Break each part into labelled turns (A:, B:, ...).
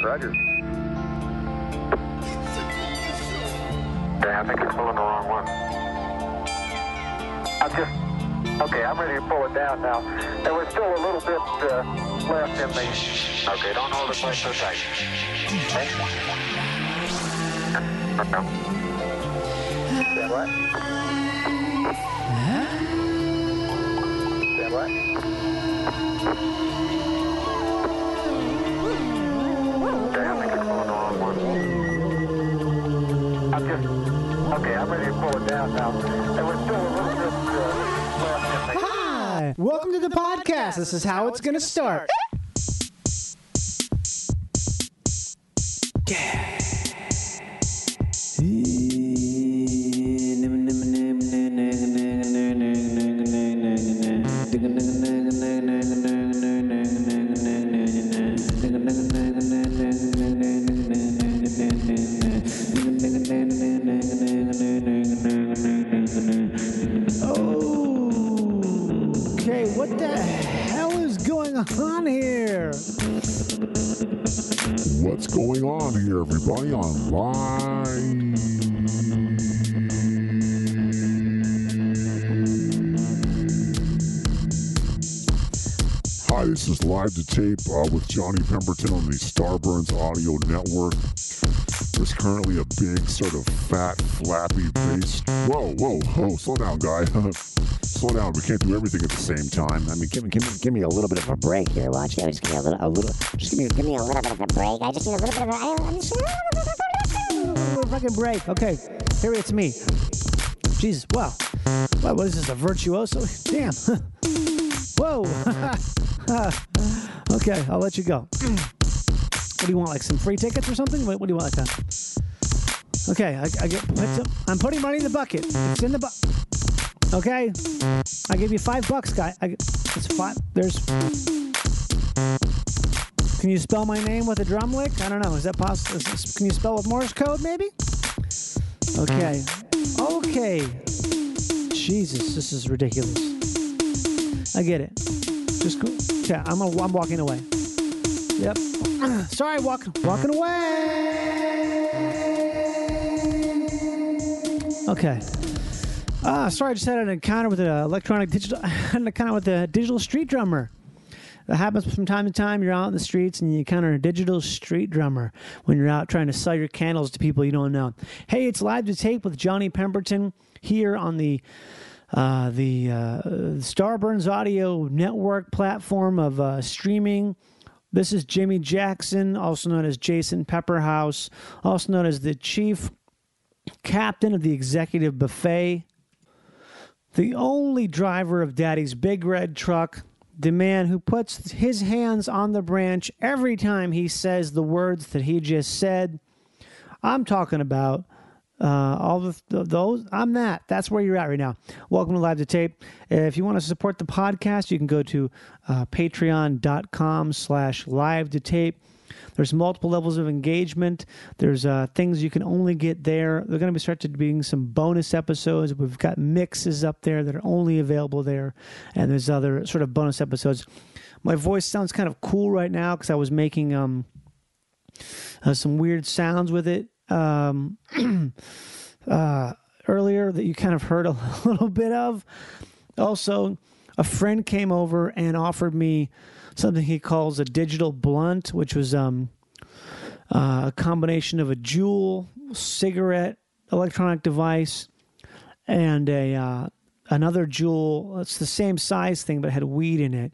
A: Roger.
B: Yeah, I think you're pulling the wrong one. I'm just, okay, I'm ready to pull it down now. There was still a little bit uh, left in the, okay, don't hold it quite so tight. Okay? Stand what? Stand what? Okay, I think you're pulling the wrong one. I'm just, okay, I'm ready to pull it down now. There was still a little bit uh, left in the,
C: Hi, welcome to the podcast. This is how it's going to start. Okay, what the hell is going on here?
D: What's going on here, everybody? On live. Hi, this is live to tape uh, with Johnny Pemberton on the Starburns Audio Network. There's currently a big, sort of fat, flappy bass. Whoa, whoa, whoa! Slow down, guy. slow down. We can't do everything at the same time. I mean, give me, give me, give me a little bit of a break here.
E: Here, watch. Give me just give me a little, a little. Just give me, give me a little bit of a break. I just need a little bit of a. I, I'm just,
C: Little Fucking break. Okay, here it's me. Jesus, wow. What, what is this, a virtuoso? Damn. Whoa. okay, I'll let you go. What do you want, like some free tickets or something? What, what do you want, like that? Okay, I, I get, what's up? I'm putting money in the bucket. It's in the bucket. Okay, I give you five bucks, guy. I, it's five. There's. Can you spell my name with a drum lick? I don't know. Is that possible? Can you spell with Morse code, maybe? Okay. Okay. Jesus, this is ridiculous. I get it. Just go. Yeah, I'm, a, I'm walking away. Yep. Sorry, walking walking away. Okay. Ah, sorry, I just had an encounter with an electronic digital, had an encounter with a digital street drummer. That happens from time to time. You're out in the streets and you encounter a digital street drummer when you're out trying to sell your candles to people you don't know. Hey, it's live to tape with Johnny Pemberton here on the uh, the uh, Starburns Audio Network platform of uh, streaming. This is Jimmy Jackson, also known as Jason Pepperhouse, also known as the Chief Captain of the Executive Buffet the only driver of Daddy's big red truck, the man who puts his hands on the branch every time he says the words that he just said. I'm talking about uh, all the, th those. I'm that. That's where you're at right now. Welcome to Live to Tape. If you want to support the podcast, you can go to uh, patreon.com slash live to tape. There's multiple levels of engagement. There's uh, things you can only get there. They're going to be started being some bonus episodes. We've got mixes up there that are only available there, and there's other sort of bonus episodes. My voice sounds kind of cool right now because I was making um, uh, some weird sounds with it um, uh, earlier that you kind of heard a little bit of. Also, a friend came over and offered me something he calls a digital blunt, which was um, uh, a combination of a jewel, cigarette, electronic device, and a uh, another jewel. It's the same size thing, but had weed in it.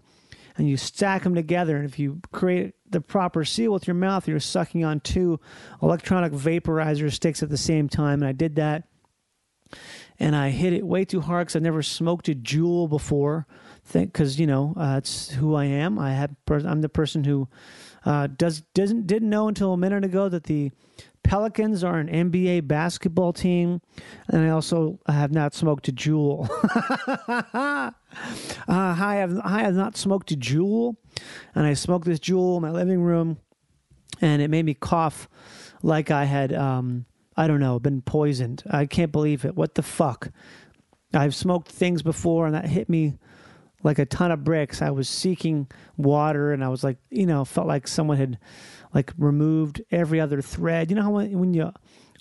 C: And you stack them together, and if you create the proper seal with your mouth, you're sucking on two electronic vaporizer sticks at the same time. And I did that and I hit it way too hard because I never smoked a jewel before. Think because you know uh, it's who I am. I have pers- I'm the person who uh, does doesn't didn't know until a minute ago that the Pelicans are an NBA basketball team, and I also have not smoked a jewel. uh, I have I have not smoked a jewel, and I smoked this jewel in my living room, and it made me cough like I had um, I don't know been poisoned. I can't believe it. What the fuck? I've smoked things before, and that hit me like a ton of bricks. I was seeking water, and I was like, you know, felt like someone had like removed every other thread. You know how when, when you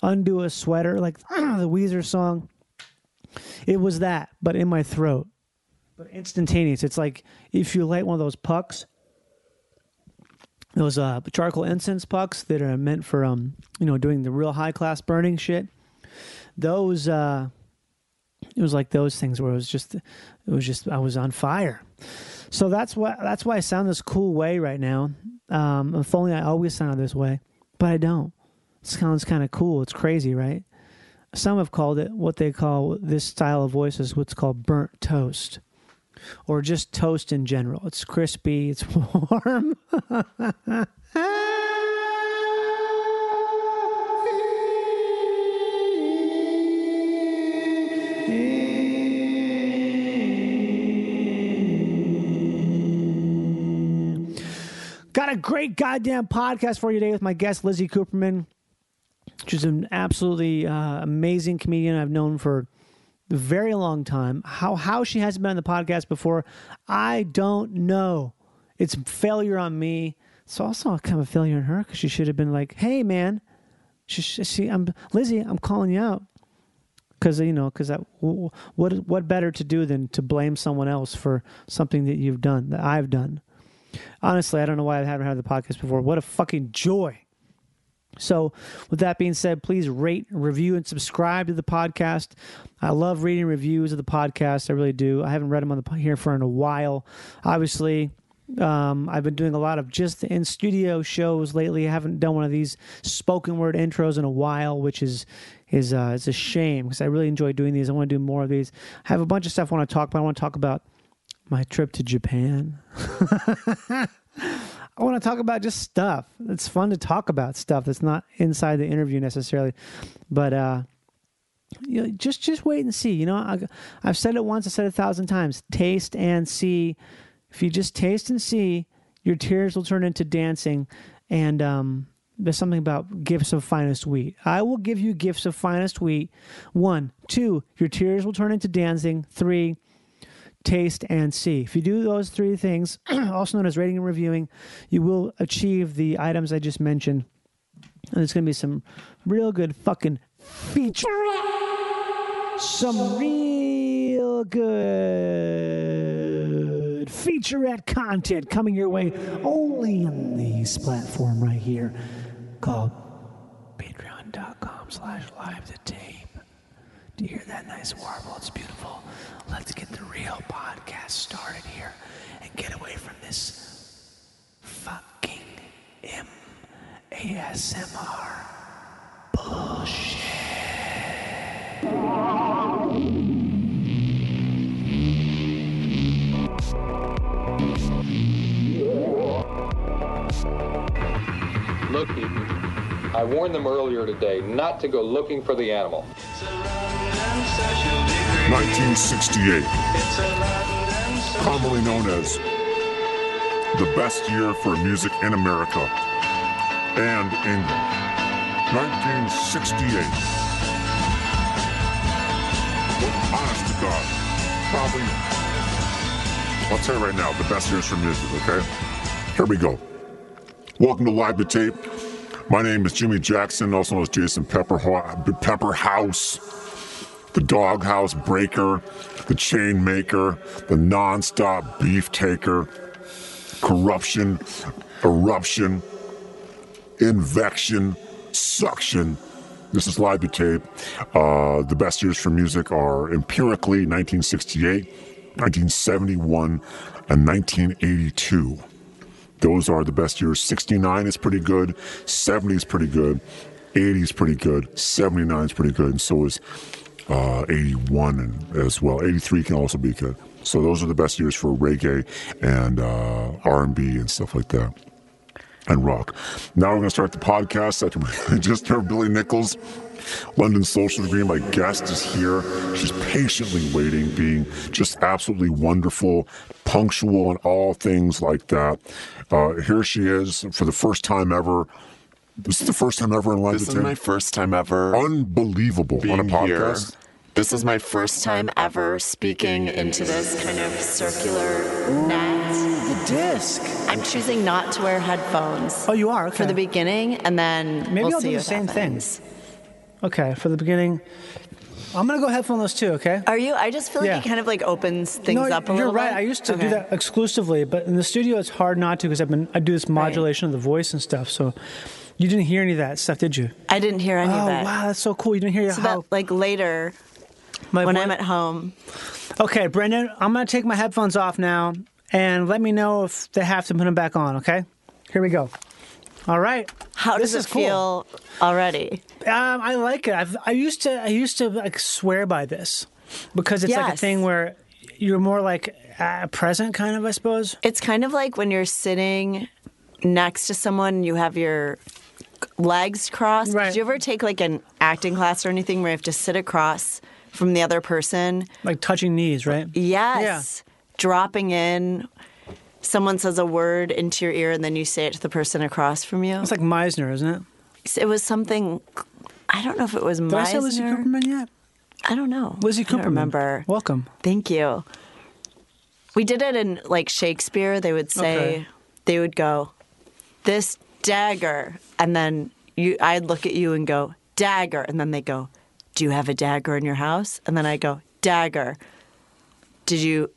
C: undo a sweater, like the Weezer song. It was that, but in my throat, but instantaneous. It's like if you light one of those pucks. Those uh, charcoal incense pucks that are meant for um, you know, doing the real high class burning shit. Those uh, it was like those things where it was just it was just I was on fire. So that's why that's why I sound this cool way right now. Um, if only I always sounded this way, but I don't. It sounds kind of cool. It's crazy, right? Some have called it what they call this style of voice is what's called burnt toast, or just toast in general. It's crispy. It's warm. Got a great goddamn podcast for you today with my guest, Lizzie Cooperman. She's an absolutely uh, amazing comedian I've known for a very long time. How, how she hasn't been on the podcast before, I don't know. It's failure on me. It's also kind of a failure on her because she should have been like, hey, man, she, she, she, I'm, Lizzie, I'm calling you out. Because, you know, because what, what better to do than to blame someone else for something that you've done, that I've done? honestly, I don't know why I haven't had the podcast before. What a fucking joy. So, with that being said, please rate, review, and subscribe to the podcast. I love reading reviews of the podcast. I really do. I haven't read them on the here for in a while. Obviously, um, I've been doing a lot of just in studio shows lately. I haven't done one of these spoken word intros in a while, which is is uh, is a shame because I really enjoy doing these. I want to do more of these. I have a bunch of stuff I want to talk about. I want to talk about my trip to Japan. I want to talk about just stuff. It's fun to talk about stuff that's not inside the interview necessarily, but uh, you know, just just wait and see. You know, I, I've said it once, I said it a thousand times. Taste and see. If you just taste and see, your tears will turn into dancing, and um, there's something about gifts of finest wheat. I will give you gifts of finest wheat. One, two, your tears will turn into dancing. Three taste, and see. If you do those three things, also known as rating and reviewing, you will achieve the items I just mentioned. And there's going to be some real good fucking feature. Some real good featurette content coming your way only on this platform right here called patreon.com slash live to tape. Do you hear that nice warble? It's beautiful. Let's get the real podcast started here and get away from this fucking M ASMR
A: Look, Eaton, I warned them earlier today not to go looking for the animal.
D: 1968, commonly known as the best year for music in America and England. 1968. Well, honest to God, probably, I'll tell you right now, the best years for music, okay? Here we go. Welcome to Live to Tape. My name is Jimmy Jackson, also known as Jason Pepper, Pepper House the doghouse breaker, the chain maker, the nonstop beef taker, corruption, eruption, invection, suction. This is live to tape. Uh, the best years for music are empirically 1968, 1971, and 1982. Those are the best years. 69 is pretty good, 70 is pretty good, 80 is pretty good, 79 is pretty good, and so is uh, 81 and as well 83 can also be good so those are the best years for reggae and uh, r&b and stuff like that and rock now we're going to start the podcast after we just heard billy nichols london social degree my guest is here she's patiently waiting being just absolutely wonderful punctual and all things like that uh, here she is for the first time ever this is the first time ever in London.
F: This is my first time ever
D: Unbelievable
F: being
D: on a podcast.
F: here. This is my first time ever speaking into this kind of circular net.
C: The disc.
F: I'm choosing not to wear headphones
C: Oh, you are okay.
F: for the beginning, and then
C: Maybe
F: we'll
C: I'll
F: see
C: do the
F: what
C: same
F: happens.
C: Okay, for the beginning. I'm gonna go headphoneless too. Okay.
F: Are you? I just feel like
C: Yeah.
F: it kind of like opens things
C: no,
F: up a
C: you're
F: little
C: right.
F: bit.
C: I used to do
F: Okay.
C: that exclusively, but in the studio it's hard not to because I've been I do this modulation of the voice and stuff. So you didn't hear any of that stuff, did you?
F: I didn't hear any
C: oh
F: of that.
C: wow, that's so cool. You didn't hear
F: So
C: how
F: that like later
C: my
F: when
C: voice-
F: I'm at home.
C: Okay, Brendan, I'm gonna take my headphones off now, and let me know if they have to put them back on. Okay. Here we go. All right.
F: How
C: This is
F: does it
C: cool.
F: feel already?
C: Um, I like it. I've, I used to I used to like swear by this because it's like a
F: Yes.
C: thing where you're more like uh, present, kind of. I suppose.
F: It's kind of like when you're sitting next to someone and you have your legs crossed.
C: Right.
F: Did you ever take like an acting class or anything where you have to sit across from the other person?
C: Like touching knees, right?
F: Yes. Dropping in. Someone says a word into your ear and then you say it to the person across from you.
C: It's like Meisner, isn't it?
F: It was something. I don't know if it was
C: Did I say Lizzie
F: Meisner.
C: Cooperman yet?
F: I don't know.
C: Lizzie
F: I don't
C: Cooperman.
F: remember.
C: Welcome.
F: Thank you. We did it in like Shakespeare. They would say,
C: Okay.
F: they would go, this dagger. And then you, I'd look at you and go, dagger. And then they go, do you have a dagger in your house? And then I go, dagger. Did you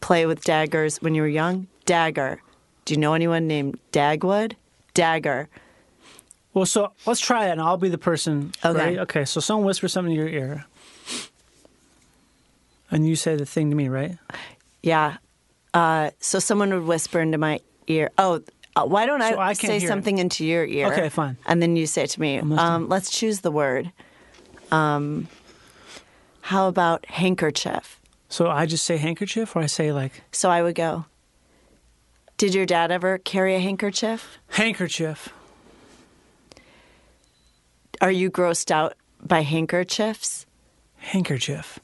F: play with daggers when you were young? Dagger. Do you know anyone named Dagwood? Dagger.
C: Well, so let's try it, and I'll be the person.
F: Okay.
C: right? Okay. So someone whispers something in your ear, and you say the thing to me, right?
F: Yeah. Uh, so someone would whisper into my ear. Oh, uh, why don't
C: So
F: I,
C: I can't
F: say
C: hear it.
F: something into your ear?
C: Okay, fine.
F: And then you say it to me,
C: listening.
F: um, let's choose the word. Um, how about handkerchief?
C: So I just say handkerchief, or I say like
F: So I would go, Did your dad ever carry a handkerchief?
C: handkerchief.
F: Are you grossed out by handkerchiefs?
C: handkerchief.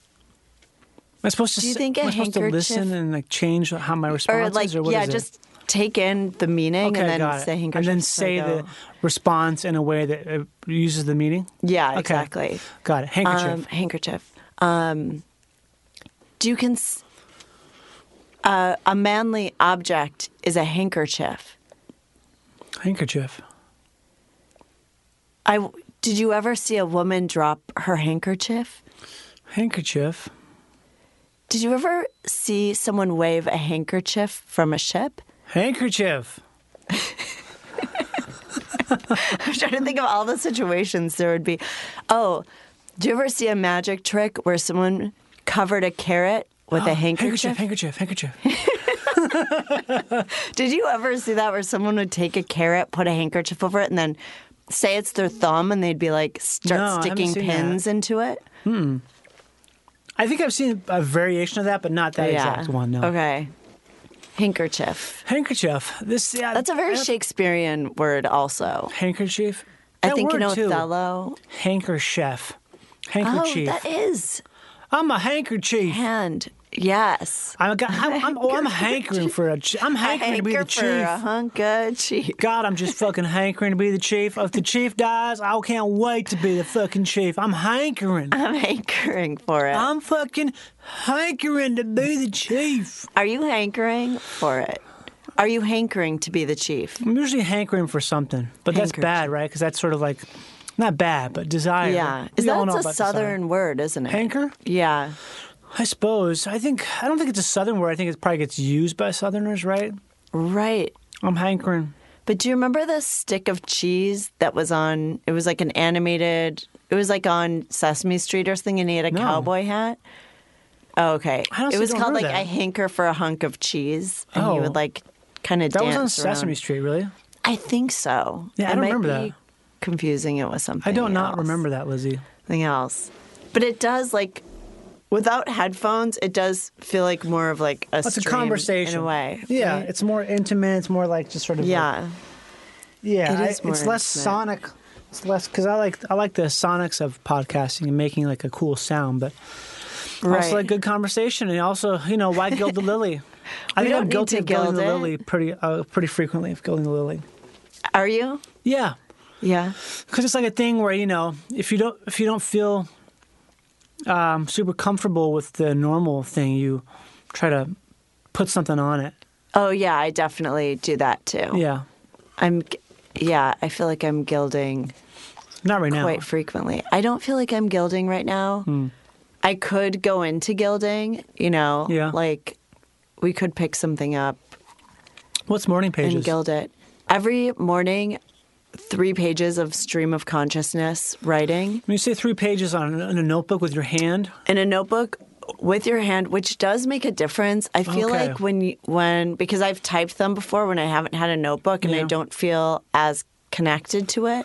C: Am I supposed to?
F: Do you
C: sit-
F: think
C: am
F: a
C: I supposed to
F: handkerchief-
C: listen and like change how my response
F: or like,
C: is, or what
F: yeah,
C: is it?
F: just take in the meaning
C: okay,
F: and then
C: got it.
F: say handkerchief.
C: and then
F: So I
C: say
F: go,
C: the response in a way that uh, uses the meaning.
F: Yeah,
C: Okay.
F: exactly.
C: Got it. Handkerchief.
F: Um, handkerchief. Um, do you cons- uh, a manly object is a handkerchief?
C: handkerchief.
F: I w- did you ever see a woman drop her handkerchief?
C: Handkerchief.
F: Did you ever see someone wave a handkerchief from a ship?
C: Handkerchief.
F: I'm trying to think of all the situations there would be. Oh, do you ever see a magic trick where someone covered a carrot with a handkerchief?
C: Handkerchief. Handkerchief. handkerchief.
F: Did you ever see that where someone would take a carrot, put a handkerchief over it, and then say it's their thumb and they'd be like
C: No, I
F: start
C: haven't
F: sticking
C: seen that.
F: pins into it?
C: I think I've seen a variation of that, but not that
F: yeah.
C: exact one. No.
F: Okay. Handkerchief.
C: Handkerchief. This. Yeah,
F: That's a very
C: uh,
F: Shakespearean word, also.
C: handkerchief.
F: I
C: That
F: think in
C: word, too.
F: Othello.
C: Handkerchief.
F: Oh,
C: Handkerchief.
F: that is
C: I'm a handkerchief.
F: hand. Yes.
C: I got, I'm, I'm, oh, I'm hankering for a. ch- I'm hankering to be the
F: Hanker
C: chief.
F: for a hunk of cheese.
C: God, I'm just fucking hankering to be the chief. If the chief dies, I can't wait to be the fucking chief. I'm hankering.
F: I'm hankering for it.
C: I'm fucking hankering to be the chief.
F: Are you hankering for it? Are you hankering to be the chief?
C: I'm usually hankering for something, but that's
F: Hankering.
C: bad, right? Because that's sort of like, not bad, but desire.
F: Yeah.
C: We
F: Is
C: all
F: that
C: know
F: a
C: about
F: southern
C: desire.
F: word, isn't it?
C: Hanker?
F: Yeah.
C: I suppose. I think I don't think it's a southern word. I think it probably gets used by Southerners, right?
F: Right.
C: I'm hankering.
F: But do you remember the stick of cheese that was on it was like an animated it was like on Sesame Street or something and he had a
C: No.
F: cowboy hat? Oh, okay.
C: I honestly
F: it was
C: don't
F: called like
C: remember
F: I
C: that.
F: hanker for a hunk of cheese and he
C: Oh.
F: would like kind of
C: That
F: dance
C: was on
F: around.
C: Sesame Street, really.
F: I think so.
C: Yeah, I don't
F: might
C: remember
F: be
C: that.
F: Confusing it with something.
C: I don't not
F: else.
C: remember that, Lizzie.
F: Something else. But it does like without headphones, it does feel like more of like a
C: It's a
F: stream
C: conversation
F: in a way.
C: Yeah,
F: right?
C: it's more intimate. It's more like just sort of like-
F: yeah.
C: yeah.
F: It
C: I-
F: is more
C: it's less
F: intimate.
C: sonic. It's less because I like I like the sonics of podcasting and making like a cool sound, but
F: Right.
C: also like good conversation and also you know why gild the lily. I
F: We
C: think
F: don't
C: I'm
F: need
C: guilty
F: to
C: of gilding
F: gild
C: the
F: it.
C: lily pretty uh, pretty frequently of gilding the lily.
F: Are you?
C: Yeah,
F: Yeah.
C: because it's like a thing where you know if you don't if you don't feel um, super comfortable with the normal thing. You try to put something on it.
F: Oh yeah, I definitely do that too.
C: Yeah,
F: I'm yeah, I feel like I'm gilding
C: not right now.
F: quite frequently. I don't feel like I'm gilding right now.
C: Hmm.
F: I could go into gilding, you know,
C: Yeah.
F: like we could pick something up
C: What's morning
F: and
C: pages?
F: gild it. Every morning, three pages of stream of consciousness writing
C: when you say three pages on, on a notebook with your hand,
F: in a notebook with your hand, which does make a difference. I feel
C: Okay.
F: like when you, when because I've typed them before when I haven't had a notebook and I
C: Yeah.
F: don't feel as connected to it.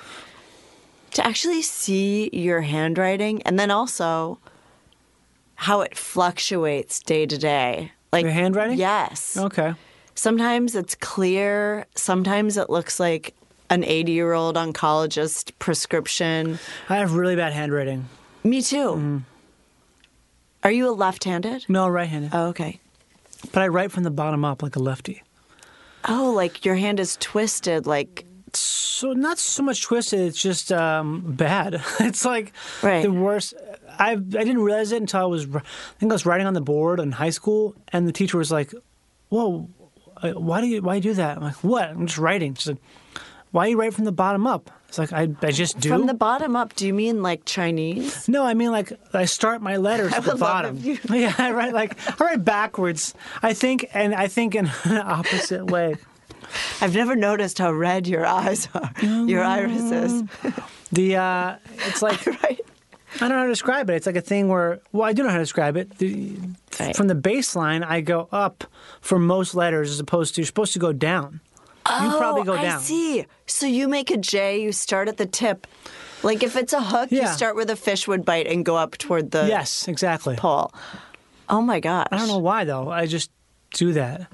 F: To actually see your handwriting and then also how it fluctuates day to day. Like
C: Your handwriting? Oh.
F: Yes.
C: okay,
F: Sometimes it's clear. Sometimes it looks like an 80 year old oncologist prescription.
C: I have really bad handwriting.
F: Me too.
C: Mm.
F: Are you a left handed?
C: No, right-handed,
F: Oh, okay.
C: but I write from the bottom up like a lefty.
F: Oh, like your hand is twisted, like
C: so not so much twisted. It's just um, bad. It's like
F: Right.
C: the worst. I I didn't realize it until I was I think I was writing on the board in high school, and the teacher was like, "Whoa, uh, why do you why do that?" I'm like, "What? I'm just writing." She's like, "Why you write from the bottom up?" It's like I I just do.
F: from the bottom up. Do you mean like Chinese?
C: no, I mean like I start my letters at the
F: would love
C: bottom.
F: if
C: Yeah, I write like I write backwards. I think and I think in an opposite way.
F: I've never noticed how red your eyes are, your
C: Mm.
F: irises.
C: The uh, it's like
F: right.
C: I don't know how to describe it. It's like a thing where, well, I do know how to describe it. The-
F: Right.
C: From the baseline, I go up for most letters as opposed to you're supposed to go down. you probably go
F: Oh, I
C: down.
F: see. So you make a J, you start at the tip. Like if it's a hook, you
C: Yeah.
F: start where the fish would bite and go up toward the
C: Yes, exactly.
F: pole. Oh my gosh.
C: I don't know why though. I just do that.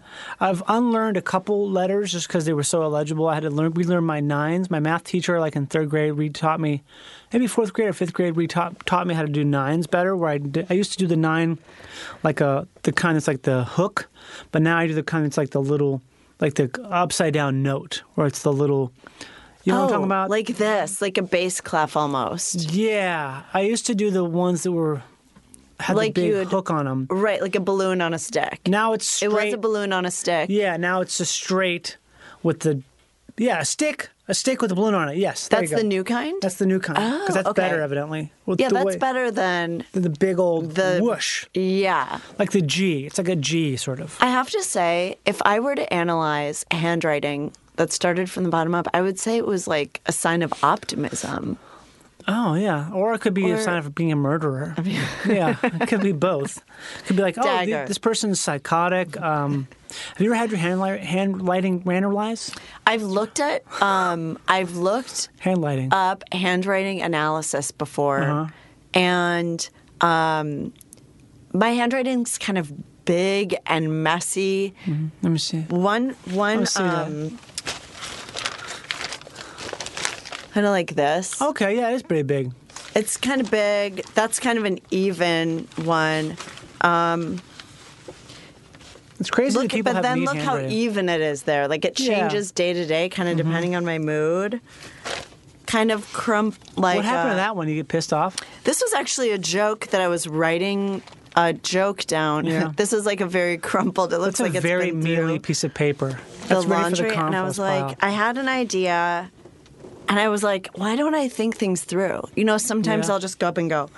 C: I've unlearned a couple letters just because they were so illegible. I had to learn. We learned my nines. My math teacher, like in third grade, retaught me. Maybe fourth grade or fifth grade, retaught taught me how to do nines better. Where I, did, I used to do the nine, like a the kind that's like the hook, but now I do the kind that's like the little, like the upside down note, where it's the little. You know
F: oh,
C: what I'm talking about? Mm.
F: Like this, like a bass clef almost.
C: yeah, I used to do the ones that were had
F: Like
C: the
F: you
C: big
F: would-
C: hook on them.
F: Right, like a balloon on a stick.
C: Now it's
F: it
C: straight.
F: was a balloon on a stick.
C: Yeah, now it's a straight with the yeah, a stick, a stick with a balloon on it. Yes, there
F: That's
C: you go.
F: the new kind?
C: That's the new kind because
F: Oh,
C: that's
F: okay.
C: better, evidently. With
F: yeah,
C: the
F: that's
C: way-
F: better than
C: The, the big old
F: The-
C: whoosh,
F: yeah.
C: like the G. It's like a G sort of.
F: I have to say, if I were to analyze handwriting that started from the bottom up, I would say it was like a sign of optimism.
C: Oh yeah, or it could be
F: Or-
C: a sign of being a murderer. yeah, it could be both. It could be like, oh, th-
F: Dagger.
C: this person's psychotic. Um, have you ever had your hand li- hand lighting randomized?
F: I've looked at um, I've looked
C: Hand lighting.
F: up handwriting analysis before,
C: Uh-huh.
F: and um, my handwriting's kind of big and messy.
C: Let me see.
F: One one
C: I see Mm-hmm. Oh, that.
F: um, kind of like this.
C: Okay, yeah, it is pretty big.
F: It's kind of big. That's kind of an even one.
C: It's crazy
F: Look,
C: that people
F: but
C: have
F: then
C: neat
F: look how
C: handwriting.
F: even it is there. Like it
C: Yeah. Mm-hmm.
F: changes day to day, kind of depending on my mood. Kind of crump. Like
C: what happened
F: uh,
C: to that one? You get pissed off?
F: This was actually a joke that I was writing a joke down.
C: Yeah.
F: this is like a very crumpled. It
C: It's
F: looks
C: a
F: like it's
C: very
F: been
C: mealy
F: through
C: piece of paper.
F: the
C: That's ready for
F: laundry,
C: the
F: and I
C: compost
F: was
C: pile.
F: like, I had an idea, and I was like, why don't I think things through? You know, sometimes
C: Yeah.
F: I'll just go up and go.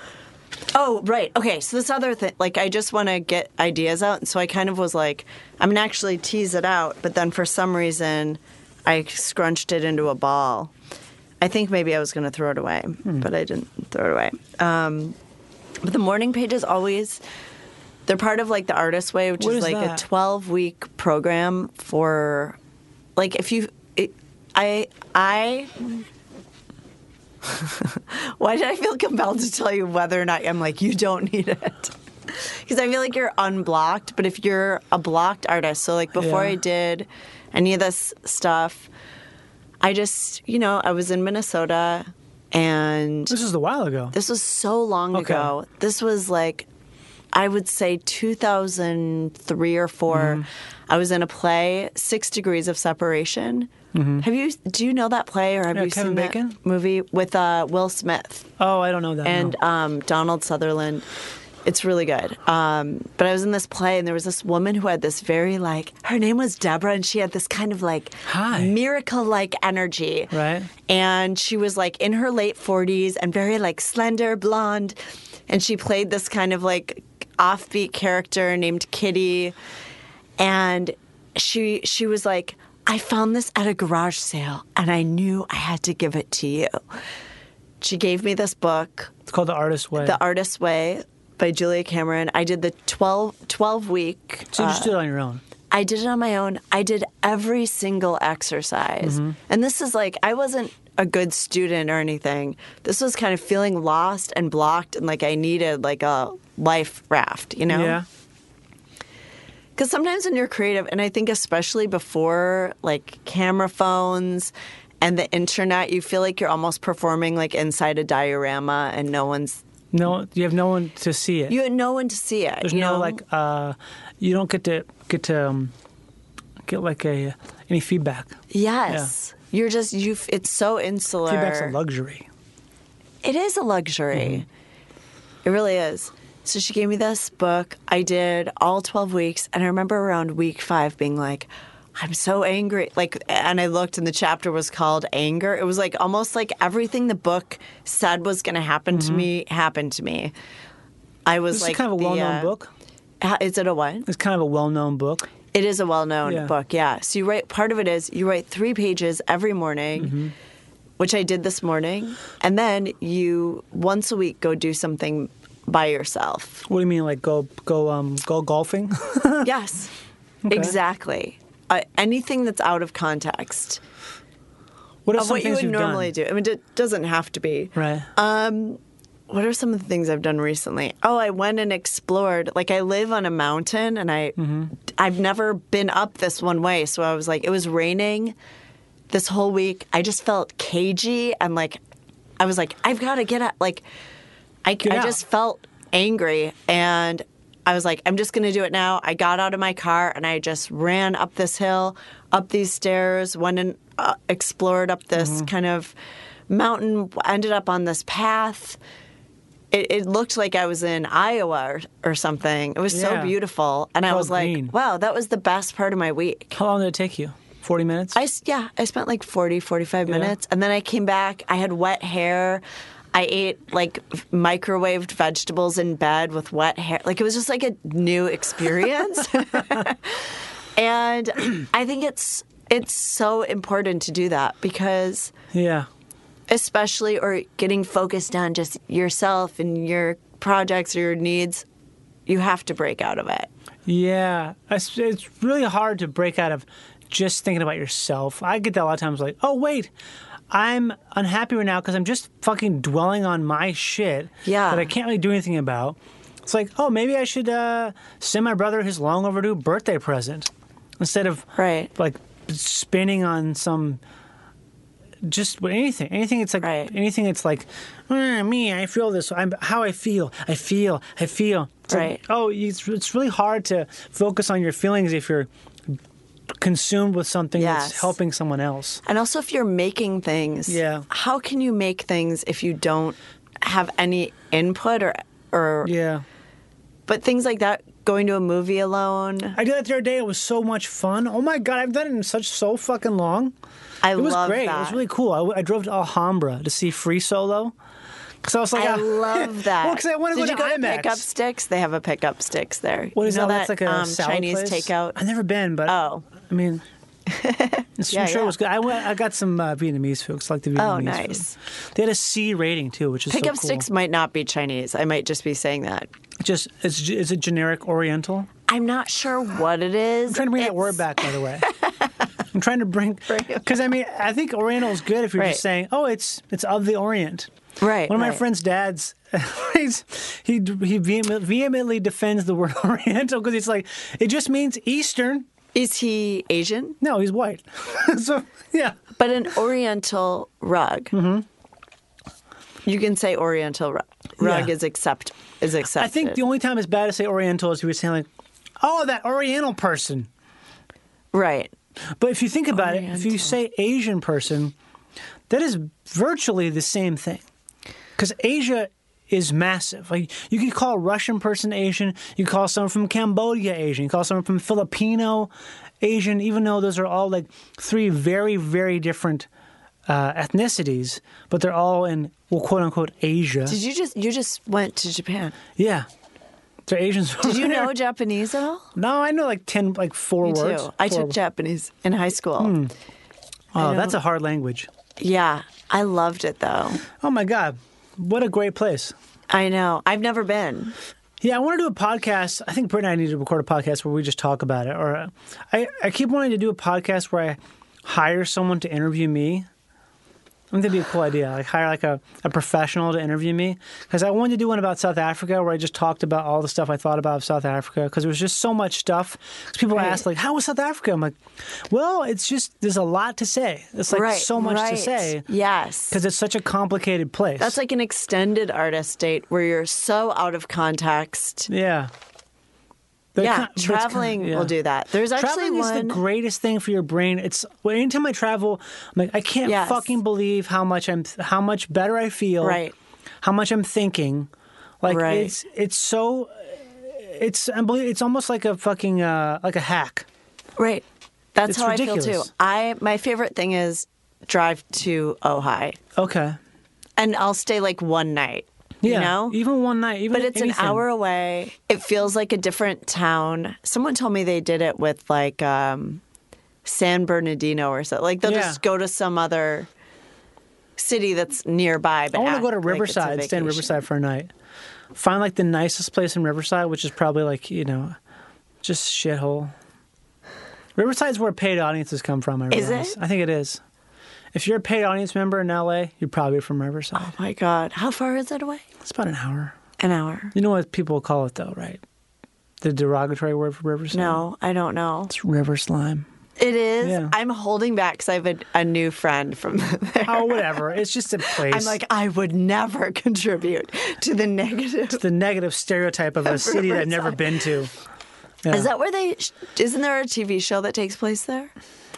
F: Oh right, okay. So this other thing, like I just want to get ideas out, and so I kind of was like, I'm gonna actually tease it out, but then for some reason, I scrunched it into a ball. I think maybe I was gonna throw it away,
C: Hmm.
F: but I didn't throw it away. Um, but the morning pages always, they're part of like the artist way, which
C: What
F: is
C: is
F: like
C: that?
F: a 12 week program for, like if you, it, I, I. Why did I feel compelled to tell you whether or not I'm like, you don't need it? Because I feel like you're unblocked, but if you're a blocked artist, so like before
C: Yeah.
F: I did any of this stuff, I just, you know, I was in Minnesota and
C: this is a while ago.
F: this was so long
C: Okay.
F: ago. This was like, I would say
G: Mm-hmm.
F: 2003 or 4. I was in a play, Six Degrees of Separation, Have you? Do you know that play or have
G: Mm-hmm. Yeah,
F: you
G: Kevin
F: seen that
G: Bacon?
F: movie with uh, Will Smith
C: Oh, I don't know that.
F: and um, Donald Sutherland? It's really good. Um, but I was in this play and there was this woman who had this very like her name was Deborah and she had this kind of like
G: Hi.
F: miracle like energy.
C: Right.
F: And she was like in her late 40s and very like slender, blonde. And she played this kind of like offbeat character named Kitty. And she she was like, I found this at a garage sale and I knew I had to give it to you. She gave me this book,
C: it's called The Artist Way.
F: The Artist's Way by Julia Cameron. I did the 12, 12 week. uh,
C: so you just do it on your own.
F: I did it on my own. I did every single exercise.
C: Mm-hmm.
F: And this is like, I wasn't a good student or anything. This was kind of feeling lost and blocked and like I needed like a life raft, you know?
C: Yeah.
F: Because sometimes when you're creative, and I think especially before like camera phones and the internet, you feel like you're almost performing like inside a diorama and no one's,
C: No, you have no one to see it.
F: you had no one to see it.
C: There's
F: you
C: no
F: know?
C: like, uh, you don't get to get to um, get like a any feedback.
F: yes. You're just, you. f- It's so insular.
C: Feedback's a luxury.
F: it is a luxury.
C: Mm-hmm.
F: It really is. So she gave me this book. I did all 12 weeks. And I remember around week five being like, I'm so angry. Like, and I looked and the chapter was called Anger. It was like almost like everything the book said was going to happen to me happened to me. I
C: Mm-hmm.
F: was
C: This
F: like,
C: is kind of a
F: the,
C: well-known
F: uh,
C: book.
F: ha- Is it a what?
C: It's kind of a well-known book.
F: It is a well known
C: Yeah.
F: book, yeah. So you write part of it is you write three pages every morning,
C: Mm-hmm.
F: which I did this morning, and then you once a week go do something by yourself.
C: What do you mean, like go go um go golfing?
F: yes, exactly. Uh, anything that's out of context
C: what are
F: of
C: some
F: what you
C: things
F: would
C: you've
F: normally do. Uh, I mean, it doesn't have to be.
C: done? Right.
F: what are some of the things I've done recently? Oh, I went and explored. Like I live on a mountain, and I I've never been up this one way. So I was like, it was raining this whole week. I just felt cagey and like I was like, I've got to get up. Like I, I
C: out.
F: just felt angry and. I was like, I'm just going to do it now. I got out of my car and I just ran up this hill, up these stairs, went and uh, explored up this kind of mountain, ended up on this path it, it looked like I was in Iowa or, or something. It was
C: Yeah.
F: so beautiful, and I
C: All
F: was like,
C: green.
F: "Wow, that was the best part of my week."
C: How long did it take you? Forty minutes.
F: I s- yeah, I spent like 40, 45
C: Yeah.
F: minutes, and then I came back. I had wet hair. I ate like microwaved vegetables in bed with wet hair. Like it was just like a new experience. and I think it's it's so important to do that because
C: yeah.
F: especially or getting focused on just yourself and your projects or your needs, you have to break out of it.
C: Yeah, it's, it's really hard to break out of just thinking about yourself. I get that a lot of times, like, oh, wait, I'm unhappy right now because I'm just fucking dwelling on my shit
F: Yeah.
C: that I can't really do anything about. It's like, oh, maybe I should uh, send my brother his long overdue birthday present instead of
F: Right.
C: like spinning on some just anything, anything. It's like
F: Right.
C: anything. It's like "Mm, me. I feel this. I'm how I feel. I feel. I feel. It's like,
F: Right.
C: oh, it's, it's really hard to focus on your feelings if you're consumed with something
F: Yes.
C: that's helping someone else.
F: And also, if you're making things,
C: Yeah.
F: how can you make things if you don't have any input or, or
C: Yeah.
F: but things like that, going to a movie alone,
C: I did that the other day. It was so much fun. Oh my god, I've done it in such so fucking long.
F: I
C: it was
F: love
C: great.
F: that.
C: It was really cool. I, w- I drove to Alhambra to see Free Solo. Cause I was like,
F: I love that.
C: Well, 'cause I wanna
F: Did
C: go
F: you
C: to
F: go
C: IMAX.
F: to Pickup Sticks? They have a Pickup Sticks there.
C: What
F: You
C: is
F: know
C: that? That's like a
F: um,
C: salad
F: Chinese
C: place?
F: takeout.
C: I've never been, but
F: Oh.
C: I mean, it's,
F: Yeah,
C: I'm sure it
F: yeah. Oh,
C: was good. I went. I got some uh, Vietnamese food. 'cause I like the Vietnamese
F: nice.
C: food. They had a C rating too, which is
F: Pickup
C: so cool.
F: Sticks might not be Chinese. I might just be saying that.
C: Just it's ge- is it generic Oriental?
F: I'm not sure what it is.
C: I'm trying to bring that word
F: It's-
C: back, by the way. I'm trying to bring
F: Bring it
C: because I mean I think Oriental is good if you're
F: Right.
C: just saying oh it's it's of the Orient.
F: Right,
C: One of my
F: right.
C: friend's dads, he's, he he vehemently vehemently defends the word Oriental because it's like it just means Eastern.
F: Is he Asian?
C: No, he's white. so yeah,
F: But an Oriental rug. You can say Oriental rug. Rug
C: Mm-hmm. Yeah.
F: is accept is accepted.
C: I think the only time it's bad to say Oriental is if you're saying like, oh, that Oriental person.
F: right.
C: But if you think about it, if you
F: Oriental.
C: say Asian person, that is virtually the same thing. Because Asia is massive. Like you could call a Russian person Asian, you could call someone from Cambodia Asian, you could call someone from Filipino Asian, even though those are all like three very, very different uh, ethnicities, but they're all in well quote unquote Asia.
F: Did you just you just went to Japan?
C: yeah. They're Asians.
F: Did you know Japanese at all?
C: No, I know like ten like four
F: Me
C: words.
F: too. I
C: Four-
F: took Japanese in high school.
C: Oh,
F: I
C: that's
F: don't-
C: a hard language.
F: Yeah, I loved it though.
C: Oh my god. What a great place.
F: I know. I've never been.
C: Yeah, I want to do a podcast. I think Britt and I need to record a podcast where we just talk about it. Or uh, I, I keep wanting to do a podcast where I hire someone to interview me. I think that'd be a cool idea. Like hire like a, a professional to interview me because I wanted to do one about South Africa where I just talked about all the stuff I thought about South Africa because there was just so much stuff. 'Cause people
F: Right.
C: ask like, "How was South Africa?" I'm like, "Well, it's just there's a lot to say. It's like
F: right.
C: so much to
F: right.
C: say
F: Yes.
C: because it's such a complicated place."
F: That's like an extended artist date where you're so out of context.
C: yeah. They're
F: yeah,
C: kind- but it's kind of-
F: traveling
C: yeah.
F: will do that. There's actually
C: Traveling is
F: one.
C: the greatest thing for your brain. It's well, anytime I travel, I'm like I can't
F: Yes.
C: fucking believe how much I'm how much better I feel.
F: Right.
C: How much I'm thinking. Like
F: Right.
C: it's it's so it's unbelievable. It's almost like a fucking uh, like a hack.
F: Right. That's
C: It's
F: how I feel
C: ridiculous.
F: too. I my favorite thing is drive to Ojai,
C: Okay.
F: and I'll stay like one night.
C: Yeah.
F: You know.
C: Even one night. Even
F: but it's
C: anything.
F: an hour away. It feels like a different town. Someone told me they did it with like um, San Bernardino or something. Like they'll
C: Yeah.
F: just go to some other city that's nearby.
C: I
F: But
C: want to
F: act
C: go to
F: like it's a
C: Riverside. stay in
F: vacation.
C: Riverside for a night. Find like the nicest place in Riverside, which is probably like you know, just shithole. Riverside's where paid audiences come from. I
F: Is
C: realize.
F: it?
C: I think it is. If you're a paid audience member in LA, you're probably from Riverside.
F: Oh my God, how far is it away?
C: It's about an hour.
F: An hour?
C: You know what people call it though, right? The derogatory word for Riverside.
F: No, I don't know.
C: it's river slime.
F: It is.
C: Yeah.
F: I'm holding back because I have a, a new friend from there.
C: Oh, whatever. It's just a place.
F: I'm like, I would never contribute to the negative.
C: the negative stereotype of a city that I've never
F: Riverside.
C: been to.
F: Is that where they? Isn't there a TV show that takes place there,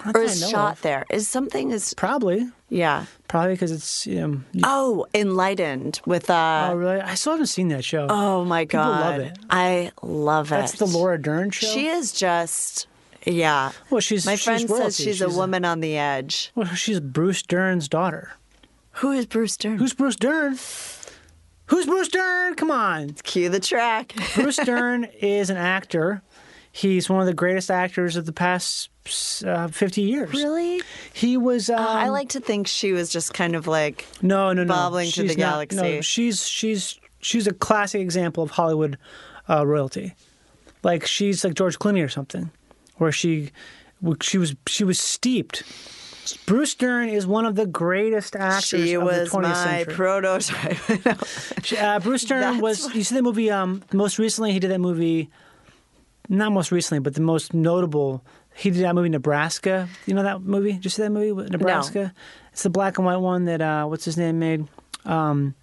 C: Not that
F: or
C: I
F: is
C: know
F: shot
C: of.
F: there? Is something is
C: Probably,
F: yeah?
C: probably because it's you know, you
F: Oh, enlightened with
C: Oh,
F: uh.
C: really? I still haven't seen that show.
F: Oh my
C: People
F: god,
C: love it.
F: I love it.
C: That's the Laura Dern show.
F: She is just yeah.
C: Well, she's
F: My
C: she's
F: friend says
C: royalty.
F: she's, a woman on the edge.
C: Well, she's Bruce Dern's daughter.
F: Who is Bruce Dern?
C: Who's Bruce Dern? Who's Bruce Dern? Come on.
F: cue the track?
C: Bruce Dern is an actor. He's one of the greatest actors of the past uh, fifty years.
F: really? Oh,
C: He was. Um,
F: I like to think she was just kind of like
C: No, no, no.
F: Bobbling to the
C: She's not- No,
F: galaxy.
C: she's she's she's a classic example of Hollywood uh, royalty. Like she's like George Clooney or something, where she she was she was steeped. Bruce Dern is one of the greatest actors
F: she
C: of
F: was
C: the 20th
F: my
C: century.
F: prototype. No.
C: She- uh, Bruce Dern
F: That's
C: was. You see the movie. Um, most recently, he did that movie. Not most recently, but the most notable. He did that movie Nebraska. You know that movie? Did you see that movie with Nebraska? It's the black and white one that uh, what's his name made. Um,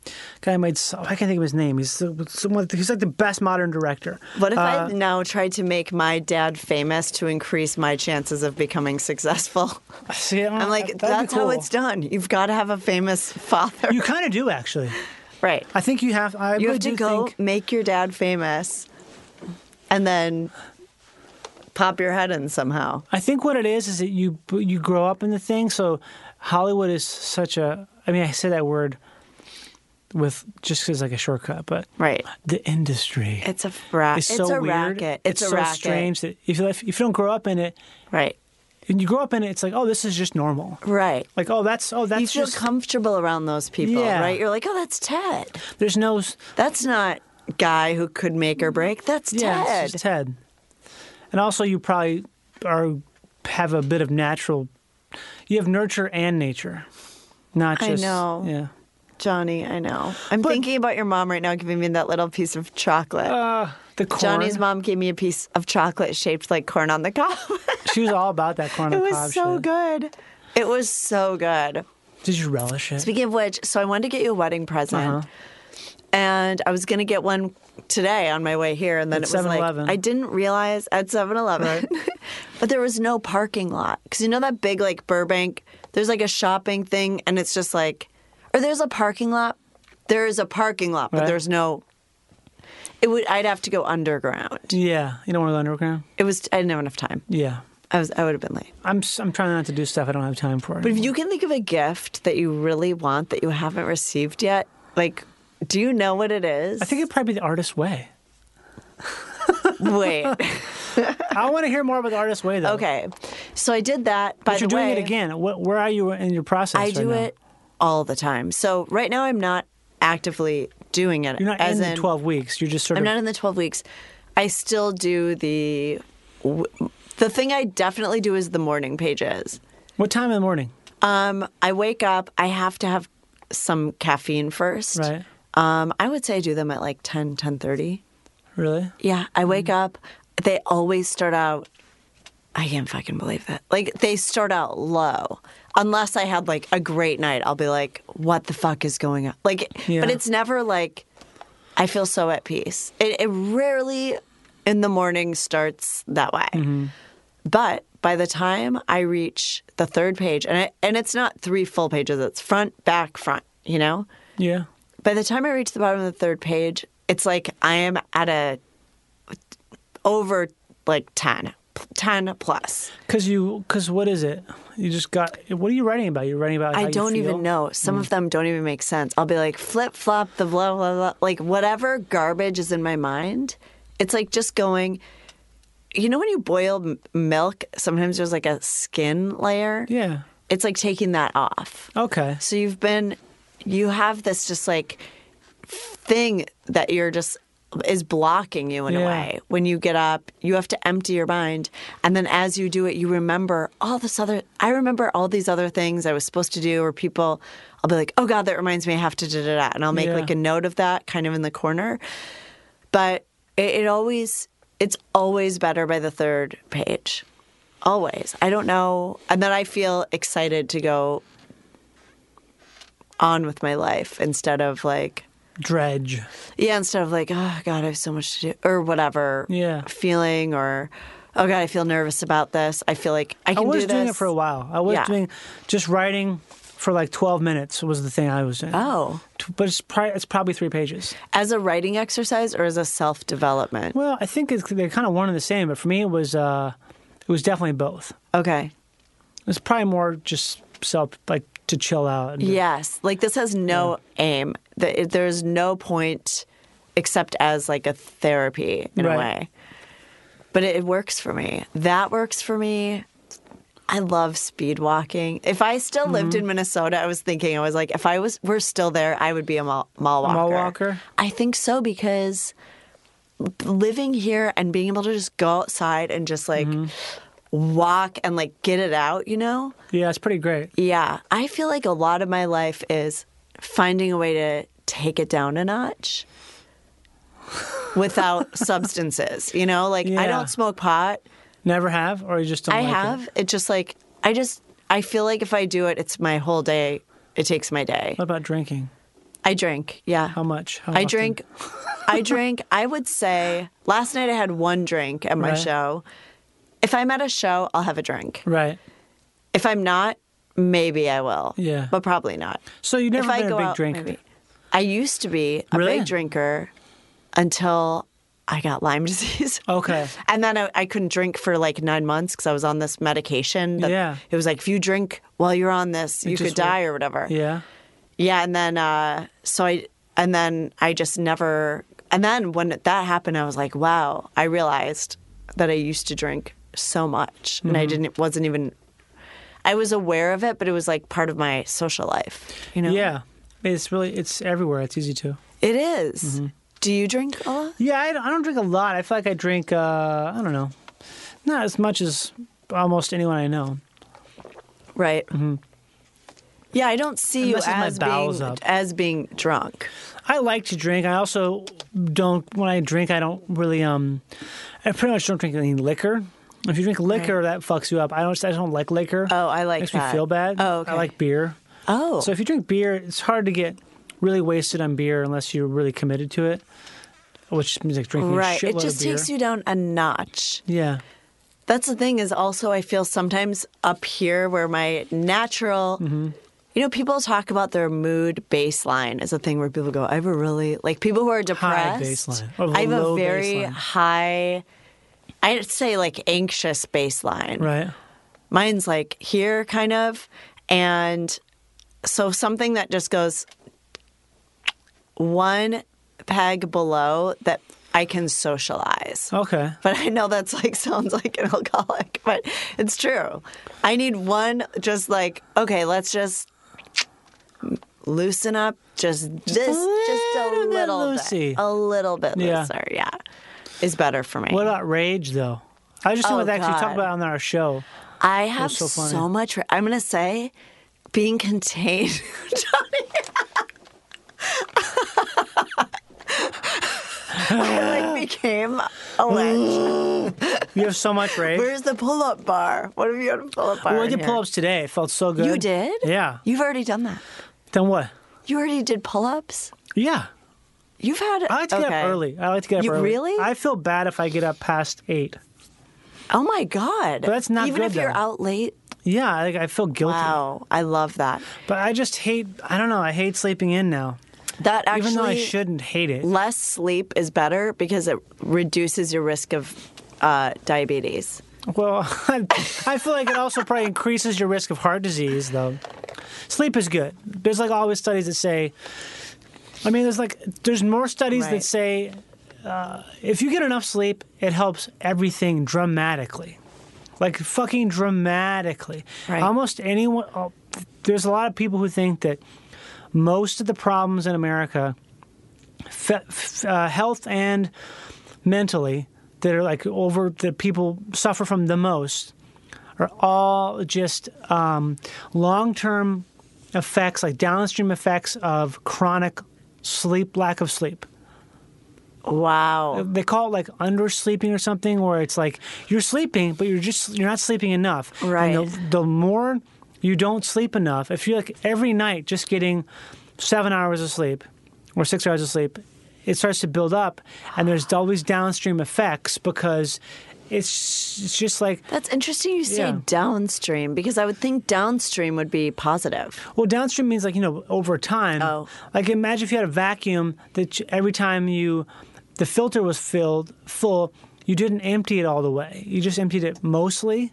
C: guy made. so- I can't think of his name. He's the- someone. He's like the best modern director.
F: What if
C: Uh,
F: I now tried to make my dad famous to increase my chances of becoming successful?
C: See,
F: I'm like, that's how it's done. You've got to have a famous father.
C: You kind of do actually.
F: right.
C: I think you have. I
F: You
C: really
F: have to
C: do
F: go
C: think.
F: make your dad famous and then pop your head in somehow.
C: I think what it is is that you you grow up in the thing. So Hollywood is such a. I mean, I say that word with just as like a shortcut, but
F: Right.
C: the industry
F: It's a ra-
C: is
F: it's
C: so
F: a
C: weird.
F: racket. It's, a
C: so
F: racket.
C: strange that if you if you don't grow up in it,
F: Right.
C: and you grow up in it, it's like oh, this is just normal.
F: Right.
C: Like oh, that's oh, that's
F: you feel
C: just
F: comfortable around those people,
C: Yeah.
F: right? You're like, oh, that's Ted.
C: there's no s-
F: That's not guy who could make or break. That's
C: yeah,
F: Ted.
C: it's just Ted. And also, you probably are have a bit of natural. You have nurture and nature, not
F: I
C: just
F: know.
C: yeah.
F: Johnny, I know. I'm
C: But-
F: thinking about your mom right now giving me that little piece of chocolate.
C: Uh, the corn.
F: Johnny's mom gave me a piece of chocolate shaped like corn on the cob.
C: She was all about that corn on
F: it
C: the
F: was
C: cob
F: so
C: shit.
F: good. It was so good.
C: Did you relish it? Uh-huh.
F: Speaking of which, so I wanted to get you a wedding present. and I was gonna get one today on my way here, and then
C: At
F: it was like
C: 7-Eleven.
F: I didn't realize at 7-Eleven, but there was no parking lot because you know that big like Burbank. There's like a shopping thing, and it's just like, or there's a parking lot. There is a parking lot, but
C: Right.
F: there's no. It would. I'd have to go underground.
C: Yeah, you don't want to go underground.
F: It was. I didn't have enough time.
C: Yeah,
F: I was. I would have been late.
C: I'm s- I'm trying not to do stuff I don't have time for.
F: But if you can think of a gift that you really want that you haven't received yet, like, do you know what it is?
C: I think it'd probably be the artist way.
F: Wait.
C: I want to hear more about the artist way though.
F: Okay. So I did that. By
C: but you're
F: the
C: doing
F: way,
C: it again. What, where are you in your process?
F: I
C: right
F: do
C: now?
F: it all the time. So right now I'm not actively doing it.
C: You're not
F: as
C: in, the 12 weeks. You're just sort
F: I'm
C: of.
F: not in the 12 weeks. I still do the. w- The thing I definitely do is the morning pages.
C: what time in the morning?
F: Um, I wake up. I have to have some caffeine first.
C: Right.
F: Um, I would say I do them at like 10, 10.30.
C: Really?
F: Yeah, I wake up. They always start out. I can't fucking believe that. Like they start out low. Unless I had like a great night, I'll be like, "What the fuck is going on?" Like,
C: Yeah.
F: but it's never like I feel so at peace. It, it rarely in the morning starts that way. But by the time I reach the third page, and I, and it's not three full pages, it's front, back, front. You know,
C: Yeah.
F: by the time I reach the bottom of the third page, it's like I am at a over like 10, 10 plus.
C: Because you, because what is it? You just got. What are you writing about? You're writing about. how
F: I
C: you
F: don't
C: feel? Mm.
F: even know. Some of them don't even make sense. I'll be like flip flop, the blah, blah, blah. Like whatever garbage is in my mind, it's like just going. You know, when you boil m- milk, sometimes there's like a skin layer.
C: Yeah.
F: It's like taking that off.
C: Okay.
F: So you've been, you have this just like thing that you're just is blocking you in a
C: Yeah.
F: way. When you get up, you have to empty your mind, and then as you do it, you remember all this other. I remember all these other things I was supposed to do, or people. I'll be like, oh god, that reminds me, I have to da da da, and I'll make
C: Yeah.
F: like a note of that, kind of in the corner. But it, it always, it's always better by the third page. Always. I don't know. And then I feel excited to go on with my life instead of like
C: Dredge.
F: yeah instead of like oh god i have so much to do or whatever
C: Yeah.
F: feeling or oh god i feel nervous about this i feel like i
C: I
F: can
C: was
F: do this
C: doing it for a while. I was
F: Yeah.
C: doing just writing for like 12 minutes was the thing I was doing.
F: Oh.
C: T- But it's, pri- it's probably three pages.
F: as a writing exercise or as a self-development
C: Well, I think it's, they're kind of one and the same, but for me it was uh, it was definitely both.
F: okay
C: It was probably more just self like to chill out. And
F: yes like this has no aim The- it- there's no point except as like a therapy in
C: Right.
F: a way but it, it works for me that works for me I love speed walking. If I still lived
C: Mm-hmm.
F: in Minnesota, I was thinking, I was like, if I was, we're still there, I would be a mall, mall walker.
C: mall walker?
F: I think so because living here and being able to just go outside and just like
C: Mm-hmm.
F: walk and like get it out, you know?
C: yeah, it's pretty great.
F: Yeah. I feel like a lot of my life is finding a way to take it down a notch without substances, you know? Like, I
C: Yeah.
F: don't smoke pot.
C: Never have, or you just don't.
F: I
C: like it?
F: have. It. just like I just I feel like if I do it, it's my whole day. It takes my day.
C: What about drinking?
F: I drink. Yeah.
C: How much? How
F: I
C: often?
F: drink. I drink. I would say last night I had one drink at my
C: Right.
F: show. If I'm at a show, I'll have a drink.
C: Right.
F: If I'm not, maybe I will.
C: Yeah.
F: But probably not.
C: So you've never
F: if I
C: been
F: go
C: a big
F: out,
C: drinker.
F: maybe. I used to be a
C: Really?
F: big drinker until I got Lyme disease.
C: Okay.
F: And then I, I couldn't drink for like nine months because I was on this medication. That
C: Yeah.
F: It was like, if you drink while you're on this, you
C: just
F: could die or whatever.
C: Yeah.
F: Yeah. And then, uh, so I, and then I just never, and then when that happened, I was like, wow, I realized that I used to drink so much and I
C: Mm-hmm.
F: didn't, wasn't even, I was aware of it, but it was like part of my social life, you know?
C: Yeah. It's really it's everywhere. It's easy to.
F: It is. Do you drink a lot?
C: Yeah, I don't, I don't drink a lot. I feel like I drink. Uh, I don't know, not as much as almost anyone I know.
F: Right. Yeah, I don't see you
C: messes Mm-hmm. my
F: as
C: bowels
F: being
C: up.
F: as being drunk.
C: I like to drink. I also don't. When I drink, I don't really. Um, I pretty much don't drink any liquor. If you drink liquor, that fucks you up. I don't. I don't like liquor.
F: Oh, I like
C: Makes
F: that.
C: me feel bad.
F: Oh, okay.
C: I like beer.
F: Oh,
C: So if you drink beer, it's hard to get really wasted on beer unless you're really committed to it, which means like drinking a
F: right.
C: shitload
F: It just
C: of beer.
F: takes you down a notch.
C: yeah.
F: That's the thing is also I feel sometimes up here where my natural
C: Mm-hmm.
F: you know, people talk about their mood baseline as a thing where people go, I have a really like people who are depressed.
C: baseline. Or
F: I have a
C: low
F: very
C: baseline.
F: high I'd say like anxious baseline.
C: Right.
F: Mine's like here kind of. And so something that just goes one peg below that I can socialize.
C: Okay.
F: But I know that's like sounds like an alcoholic, but it's true. I need one just like, okay, let's just loosen up just, this just a
C: little
F: little,
C: bit
F: bit.
C: loosey.
F: A little bit
C: Yeah.
F: looser, yeah. Is better for me.
C: What about rage though? I just
F: Oh,
C: want to actually talk
F: God.
C: about it on our show.
F: I have
C: so
F: so,
C: funny.
F: much. Ra- I'm gonna say, being contained. Johnny. I like became a wedge.
C: You have so much rage.
F: Where's the pull-up bar? What have you had a pull-up bar?
C: well, I
F: in
C: did
F: here?
C: pull ups today. It felt so good.
F: You did?
C: Yeah.
F: You've already done that.
C: Then what?
F: You already did pull-ups.
C: Yeah.
F: You've had.
C: I like to get
F: okay.
C: up early. I like to get up
F: You-
C: early.
F: really?
C: I feel bad if I get up past eight.
F: Oh my god.
C: But that's not
F: Even
C: good,
F: if you're
C: though.
F: out late.
C: Yeah, I, I feel guilty.
F: Wow, I love that.
C: But I just hate, I don't know, I hate sleeping in now.
F: That actually.
C: Even though I shouldn't hate it.
F: less sleep is better because it reduces your risk of uh, diabetes.
C: Well, I, I feel like it also probably increases your risk of heart disease, though. Sleep is good. There's like always studies that say, I mean, there's like, there's more studies that
F: Right.
C: say uh, if you get enough sleep, it helps everything dramatically. Like fucking dramatically.
F: Right.
C: Almost anyone, oh, there's a lot of people who think that most of the problems in America, fe- f- uh, health and mentally, that are like over that people suffer from the most, are all just um, long term effects, like downstream effects of chronic sleep, lack of sleep.
F: Wow.
C: They call it like undersleeping or something, where it's like you're sleeping, but you're just you're not sleeping enough. And
F: Right.
C: the, the more you don't sleep enough, if you're like every night just getting seven hours of sleep or six hours of sleep, it starts to build up, and there's always downstream effects because it's it's just like
F: That's interesting you say
C: Yeah.
F: downstream because I would think downstream would be positive.
C: Well, downstream means like you know over time.
F: Oh.
C: Like imagine if you had a vacuum that you- every time you, the filter was filled full, you didn't empty it all the way. You just emptied it mostly,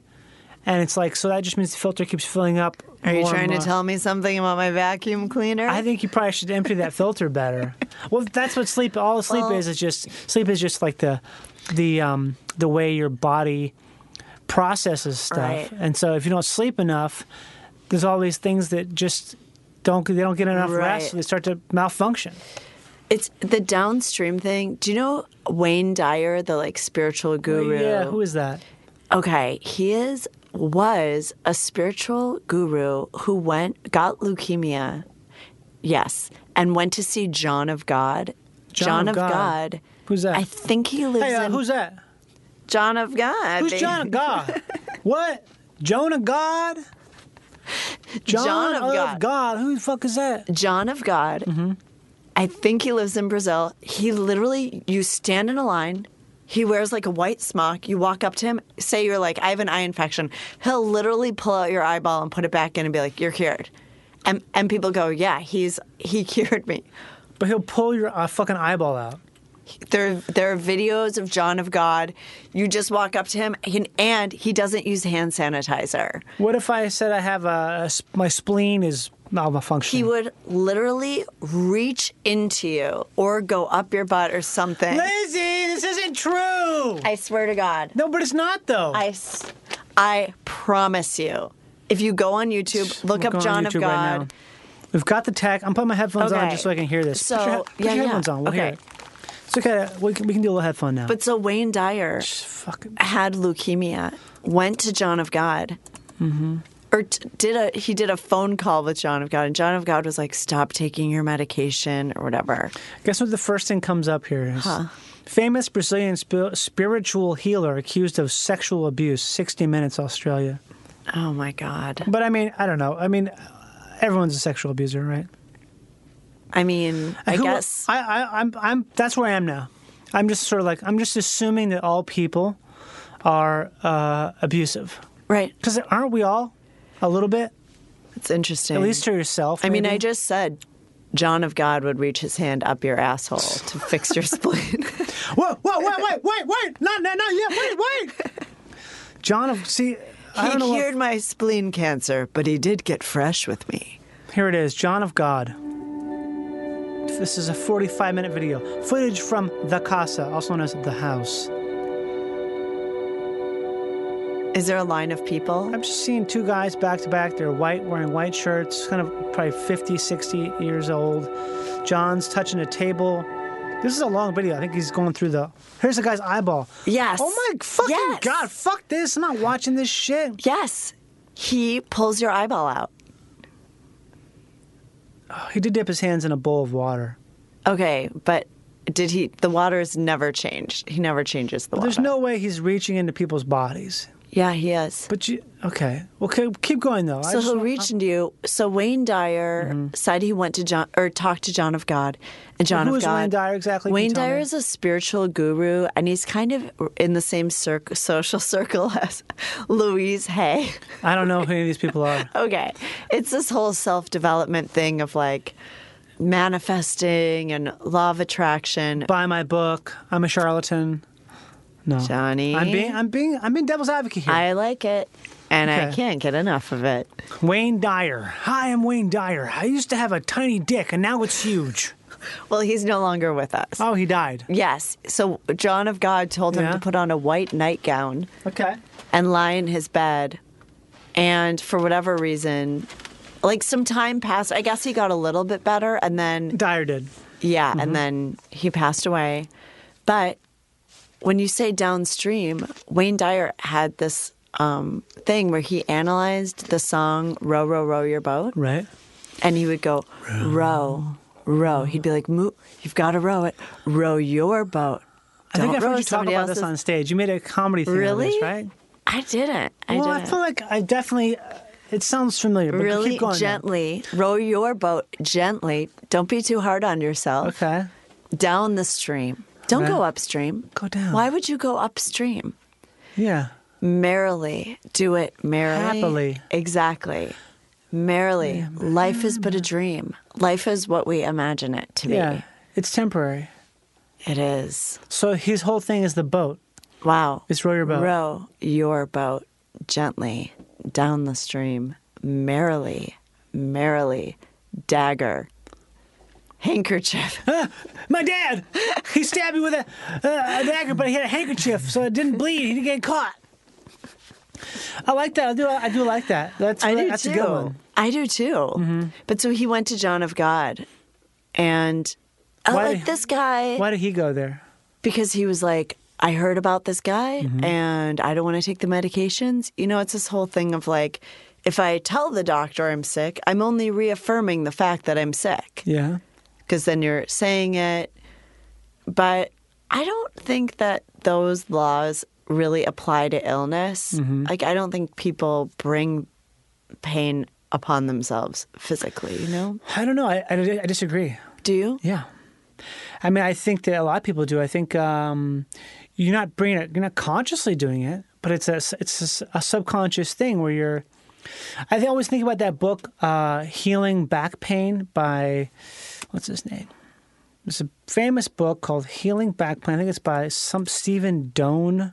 C: and it's like so that just means the filter keeps filling up.
F: Are you
C: more and
F: trying to
C: more.
F: tell me something about my vacuum cleaner?
C: I think you probably should empty that filter better. Well, that's what sleep. All sleep
F: Well-
C: is is just sleep is just like the, the um the way your body processes stuff.
F: Right.
C: And so if you don't sleep enough, there's all these things that just don't they don't get enough rest,
F: Right.
C: so they start to malfunction.
F: it's the downstream thing. Do you know Wayne Dyer, the like spiritual guru?
C: Yeah, who is that?
F: Okay, he is was a spiritual guru who went got leukemia. Yes, and went to see John of God.
C: John of
F: of
C: God.
F: God.
C: Who's that?
F: I think he lives
C: Hey, uh,
F: in
C: who's that?
F: John of God.
C: Who's John of God? what? Joan of God? John,
F: John
C: of,
F: of
C: God.
F: God.
C: Who the fuck is that?
F: John of God. I think he lives in Brazil. He literally, you stand in a line. He wears like a white smock. You walk up to him, say you're like, I have an eye infection. He'll literally pull out your eyeball and put it back in and be like, You're cured. And and people go, Yeah, he's he cured me.
C: But he'll pull your uh, fucking eyeball out.
F: There there are videos of John of God. You just walk up to him, and, and he doesn't use hand sanitizer.
C: What if I said I have a, a s- my spleen is malfunctioning?
F: He would literally reach into you or go up your butt or something.
C: Lizzie, this isn't true.
F: I swear to God.
C: no, but it's not though.
F: I, s- I promise you. If you go on YouTube, look
C: We're
F: up
C: going
F: John of
C: YouTube right
F: God.
C: now. We've got the tech. I'm putting my headphones on
F: Okay.
C: just so I can hear this.
F: So,
C: put your, he- put
F: yeah,
C: your
F: yeah.
C: headphones on. We'll hear
F: Okay.
C: it. It's okay. We can, we can do a little headphone now.
F: But so Wayne Dyer
C: fucking
F: had leukemia, went to John of God,
C: Mm-hmm.
F: or t- did a he did a phone call with John of God, and John of God was like, "Stop taking your medication or whatever."
C: guess what? The first thing comes up here is famous Brazilian spi- spiritual healer accused of sexual abuse. 60 Minutes, Australia.
F: Oh my God!
C: But I mean, I don't know. I mean, everyone's a sexual abuser, right?
F: I mean, I
C: Who-
F: guess
C: I, I, I'm, I'm. That's where I am now. I'm just sort of like I'm just assuming that all people are uh, abusive
F: right.
C: because aren't we all a little bit
F: It's interesting.
C: at least to yourself?
F: I mean,
C: maybe?
F: I just said John of God would reach his hand up your asshole to fix your spleen.
C: whoa, whoa, wait, wait, wait, wait, no, no, no, yeah, wait, wait. John, of- see, I
F: he
C: don't know. what-
F: cured my spleen cancer, but he did get fresh with me.
C: Here it is, John of God. This is a 45 minute video. Footage from the casa, also known as the house.
F: Is there a line of people?
C: I'm just seeing two guys back to back. They're white, wearing white shirts, kind of probably 50, 60 years old. John's touching a table. This is a long video. I think he's going through the. Here's the guy's eyeball.
F: Yes.
C: Oh my fucking
F: Yes.
C: god! Fuck this! I'm not watching this shit.
F: Yes, he pulls your eyeball out.
C: He did dip his hands in a bowl of water.
F: Okay, but did he? The water is never changed. He never changes the water.
C: There's no way he's reaching into people's bodies.
F: Yeah, he is.
C: But you okay? Well, keep, keep going though. I
F: so
C: just
F: he'll
C: want-
F: reach into you. So Wayne Dyer said he went to John or talked to John of God, and John
C: Mm-hmm. Who
F: of
C: is
F: God.
C: Wayne Dyer exactly? Can
F: Wayne
C: you tell
F: Dyer
C: me?
F: is a spiritual guru, and he's kind of in the same circ- social circle as Louise Hay.
C: I don't know who any of these people are.
F: okay, it's this whole self development thing of like manifesting and law of attraction.
C: Buy my book. I'm a charlatan. No,
F: Johnny.
C: I'm being I'm being I'm being devil's advocate here.
F: I like it, and I
C: Okay.
F: can't get enough of it.
C: Wayne Dyer. Hi, I'm Wayne Dyer. I used to have a tiny dick, and now it's huge.
F: Well, he's no longer with us.
C: Oh, he died.
F: Yes. So John of God told him
C: Yeah.
F: to put on a white nightgown
C: Okay.
F: and lie in his bed. And for whatever reason, like some time passed. I guess he got a little bit better. And then,
C: Dyer did.
F: yeah,
C: Mm-hmm.
F: and then he passed away. But when you say downstream, Wayne Dyer had this um, thing where he analyzed the song Row, Row, Row Your Boat.
C: Right.
F: And he would go, row, row. He'd be like, Mo- you've got to row it. Row your boat.
C: I think
F: Don't
C: I've
F: row
C: heard you talk
F: somebody
C: about this on
F: else's."
C: stage. You made a comedy thing out of this,
F: Really?
C: right?
F: I didn't. I
C: well,
F: didn't.
C: I feel like I definitely. uh, It sounds familiar, but
F: really
C: keep going. though.
F: gently, row your boat gently. Don't be too hard on yourself.
C: Okay.
F: Down the stream. Don't
C: Okay.
F: go upstream.
C: Go down.
F: Why would you go upstream?
C: Yeah.
F: Merrily. Do it merrily.
C: Happily.
F: Exactly. Merrily. Life is but a dream. Life is what we imagine it to be.
C: Yeah. It's temporary.
F: It is.
C: So his whole thing is the boat.
F: Wow.
C: It's row your boat.
F: Row your boat gently down the stream, merrily, merrily, dagger, handkerchief.
C: My dad, he stabbed me with a, uh, a dagger, but he had a handkerchief, so it didn't bleed. He didn't get caught. I like that. I do. I do like that. That's
F: I do
C: that's
F: too.
C: a good one. Mm-hmm.
F: I do too. But so he went to John of God, and I
C: Why
F: like
C: did-
F: this guy
C: Why did he go there?
F: because he was like, I heard about this guy, and I don't want to take the medications. You know, it's this whole thing of like. If I tell the doctor I'm sick, I'm only reaffirming the fact that I'm sick.
C: Yeah.
F: because then you're saying it. But I don't think that those laws really apply to illness. Like, I don't think people bring pain upon themselves physically, you know?
C: I don't know. I, I, I disagree.
F: Do you?
C: Yeah. I mean, I think that a lot of people do. I think um, you're not bringing it. You're not consciously doing it, but it's a it's a s- a, subconscious thing where you're. I think- I always think about that book, uh, "Healing Back Pain" by what's his name. It's a famous book called "Healing Back Pain." I think it's by some Stephen Doan.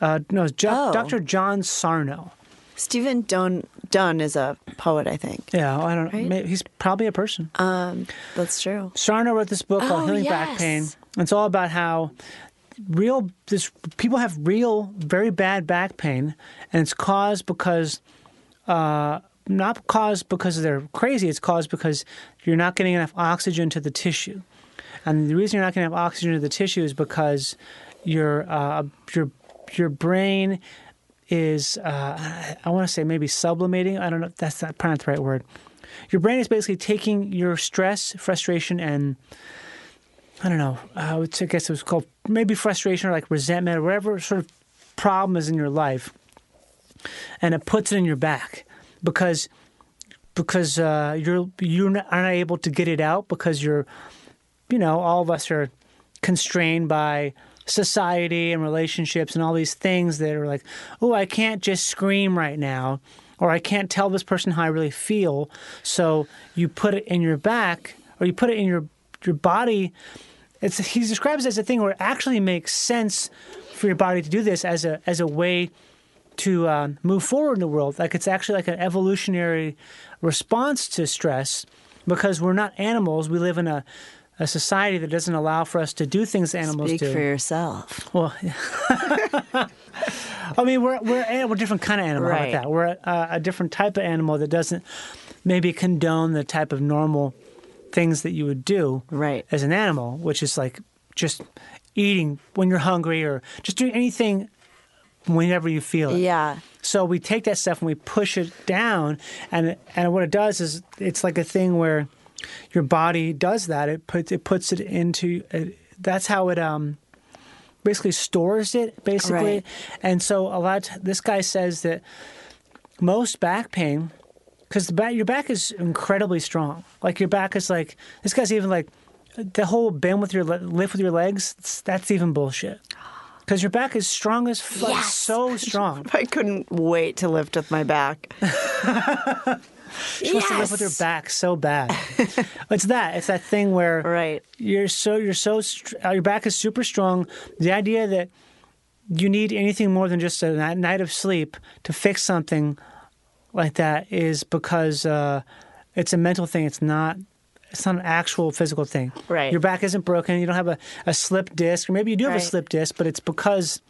C: Uh, no, it's Jo-
F: Oh.
C: Dr. John Sarno.
F: Stephen Don- Dunn is a poet, I think.
C: Yeah, I don't.
F: Right?
C: Maybe, he's probably a person.
F: That's true.
C: Sarno wrote this book called
F: Oh,
C: Healing Back
F: yes.
C: Pain. and It's all about how real this people have real very bad back pain, and it's caused because uh, not caused because they're crazy. It's caused because you're not getting enough oxygen to the tissue, and the reason you're not getting enough oxygen to the tissue is because your uh, your your brain is uh, I want to say maybe sublimating. I don't know. if That's not probably not the right word. Your brain is basically taking your stress, frustration, and I don't know. Uh, I would- I guess it was called maybe frustration or like resentment or whatever sort of problem is in your life, and it puts it in your back because because uh, you're you're not unable to get it out because you're, you know, all of us are constrained by society and relationships and all these things that are like, oh, I can't just scream right now, or I can't tell this person how I really feel. So you put it in your back, or you put it in your your body. It's he describes it as a thing where it actually makes sense for your body to do this as a as a way to um, move forward in the world. Like it's actually like an evolutionary response to stress because we're not animals. We live in a a society that doesn't allow for us to do things animals
F: Speak
C: do.
F: for yourself.
C: Well, I mean, we're we're an- we're a different kind of animal. How
F: Right.
C: about that? We're a, a different type of animal that doesn't maybe condone the type of normal things that you would do
F: Right.
C: as an animal, which is like just eating when you're hungry or just doing anything whenever you feel it.
F: Yeah.
C: So we take that stuff and we push it down, and and what it does is it's like a thing where your body does that. It puts it puts it into it, that's how it um basically stores it basically,
F: Right.
C: and so a lot. This guy says that most back pain because the back your back is incredibly strong. Like your back is like this guy's even like the whole bend with your le- lift with your legs. That's even bullshit. Because your back is strong as fuck,
F: Yes.
C: so strong.
F: I couldn't wait to lift with my back.
C: She wants to live with her back so bad. it's that. It's that thing where
F: Right.
C: you're so you're so str- uh, your back is super strong. The idea that you need anything more than just a ni- night of sleep to fix something like that is because uh, it's a mental thing. It's not. It's not an actual physical thing.
F: Right.
C: Your back isn't broken. You don't have a, a slip disc, or maybe you do have
F: Right.
C: a slip disc, but it's because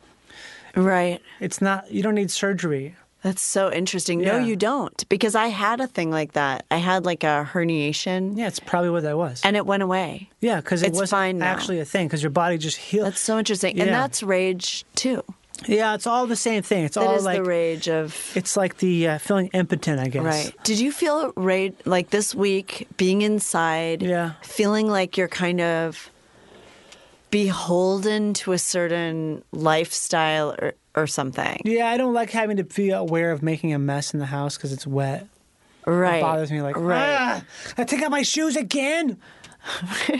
F: Right.
C: it's not. You don't need surgery.
F: That's so interesting. No,
C: Yeah.
F: you don't. Because I had a thing like that. I had like a herniation
C: Yeah, it's probably what that was.
F: and it went away.
C: yeah, because it
F: it's
C: wasn't
F: fine now.
C: actually a thing. Because your body just healed.
F: That's so interesting. And
C: Yeah.
F: that's rage too.
C: Yeah, it's all the same thing. It's
F: That
C: all
F: is
C: like
F: the rage of
C: it's like the uh, feeling impotent, I guess.
F: Right. Did you feel right like this week being inside?
C: Yeah.
F: Feeling like you're kind of beholden to a certain lifestyle or, or something.
C: Yeah, I don't like having to be aware of making a mess in the house because it's wet.
F: right.
C: It bothers me like,
F: right.
C: ah, I take out my shoes again.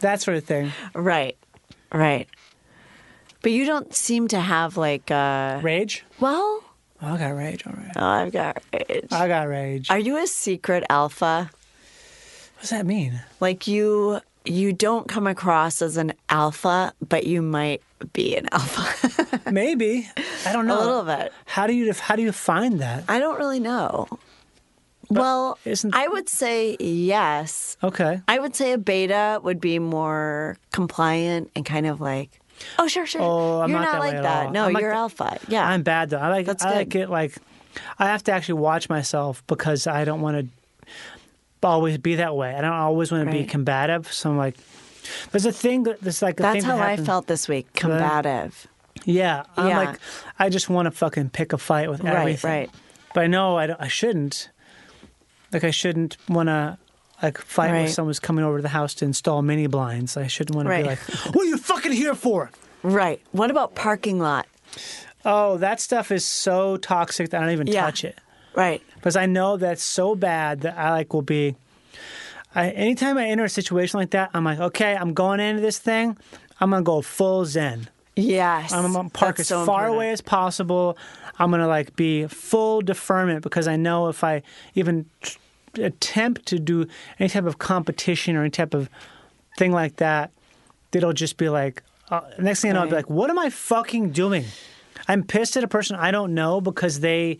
C: that sort of thing.
F: Right. Right. But you don't seem to have like uh
C: Rage.
F: well,
C: Oh, I got rage. All right.
F: oh, I've got rage.
C: I got rage.
F: Are you a secret alpha?
C: what does that mean?
F: Like you you don't come across as an alpha, but you might be an alpha
C: Maybe. I don't
F: a
C: know.
F: little bit.
C: How do you def- how do you find that?
F: I don't really know. well,
C: isn't-
F: I would say yes.
C: Okay.
F: I would say a beta would be more compliant and kind of like, oh sure, sure.
C: Oh, I'm
F: you're
C: not
F: not,
C: that way
F: like
C: at
F: that.
C: all.
F: No,
C: I'm like
F: you're
C: the-
F: alpha. Yeah,
C: I'm bad though. I like
F: That's
C: I
F: good.
C: like it like I have to actually watch myself because I don't want to always be that way. I don't always want to be
F: Right.
C: combative. So I'm like, there's a thing that- that's like a
F: That's
C: thing
F: how
C: that
F: I
C: happens-
F: felt this week. Combative.
C: Yeah, I'm
F: Yeah.
C: like I just want to fucking pick a fight with
F: Right,
C: everything.
F: right.
C: But I know I, don't- I shouldn't. Like I shouldn't want to. Like fight
F: Right.
C: with someone who's coming over to the house to install mini blinds. I shouldn't want to
F: Right.
C: be like, "What are you fucking here for?"
F: Right. What about parking lot?
C: Oh, that stuff is so toxic that I don't even
F: Yeah.
C: touch it.
F: Right.
C: because I know that's so bad that I like will be. I, anytime I enter a situation like that, I'm like, okay, I'm going into this thing. I'm gonna go full zen.
F: Yes.
C: I'm gonna park
F: That's
C: as
F: so
C: far
F: important.
C: away as possible. I'm gonna like be full deferment because I know if I even tr- attempt to do any type of competition or any type of thing like that, it'll just be like uh, next thing I know, I'll be
F: Right.
C: like, what am I fucking doing? I'm pissed at a person I don't know because they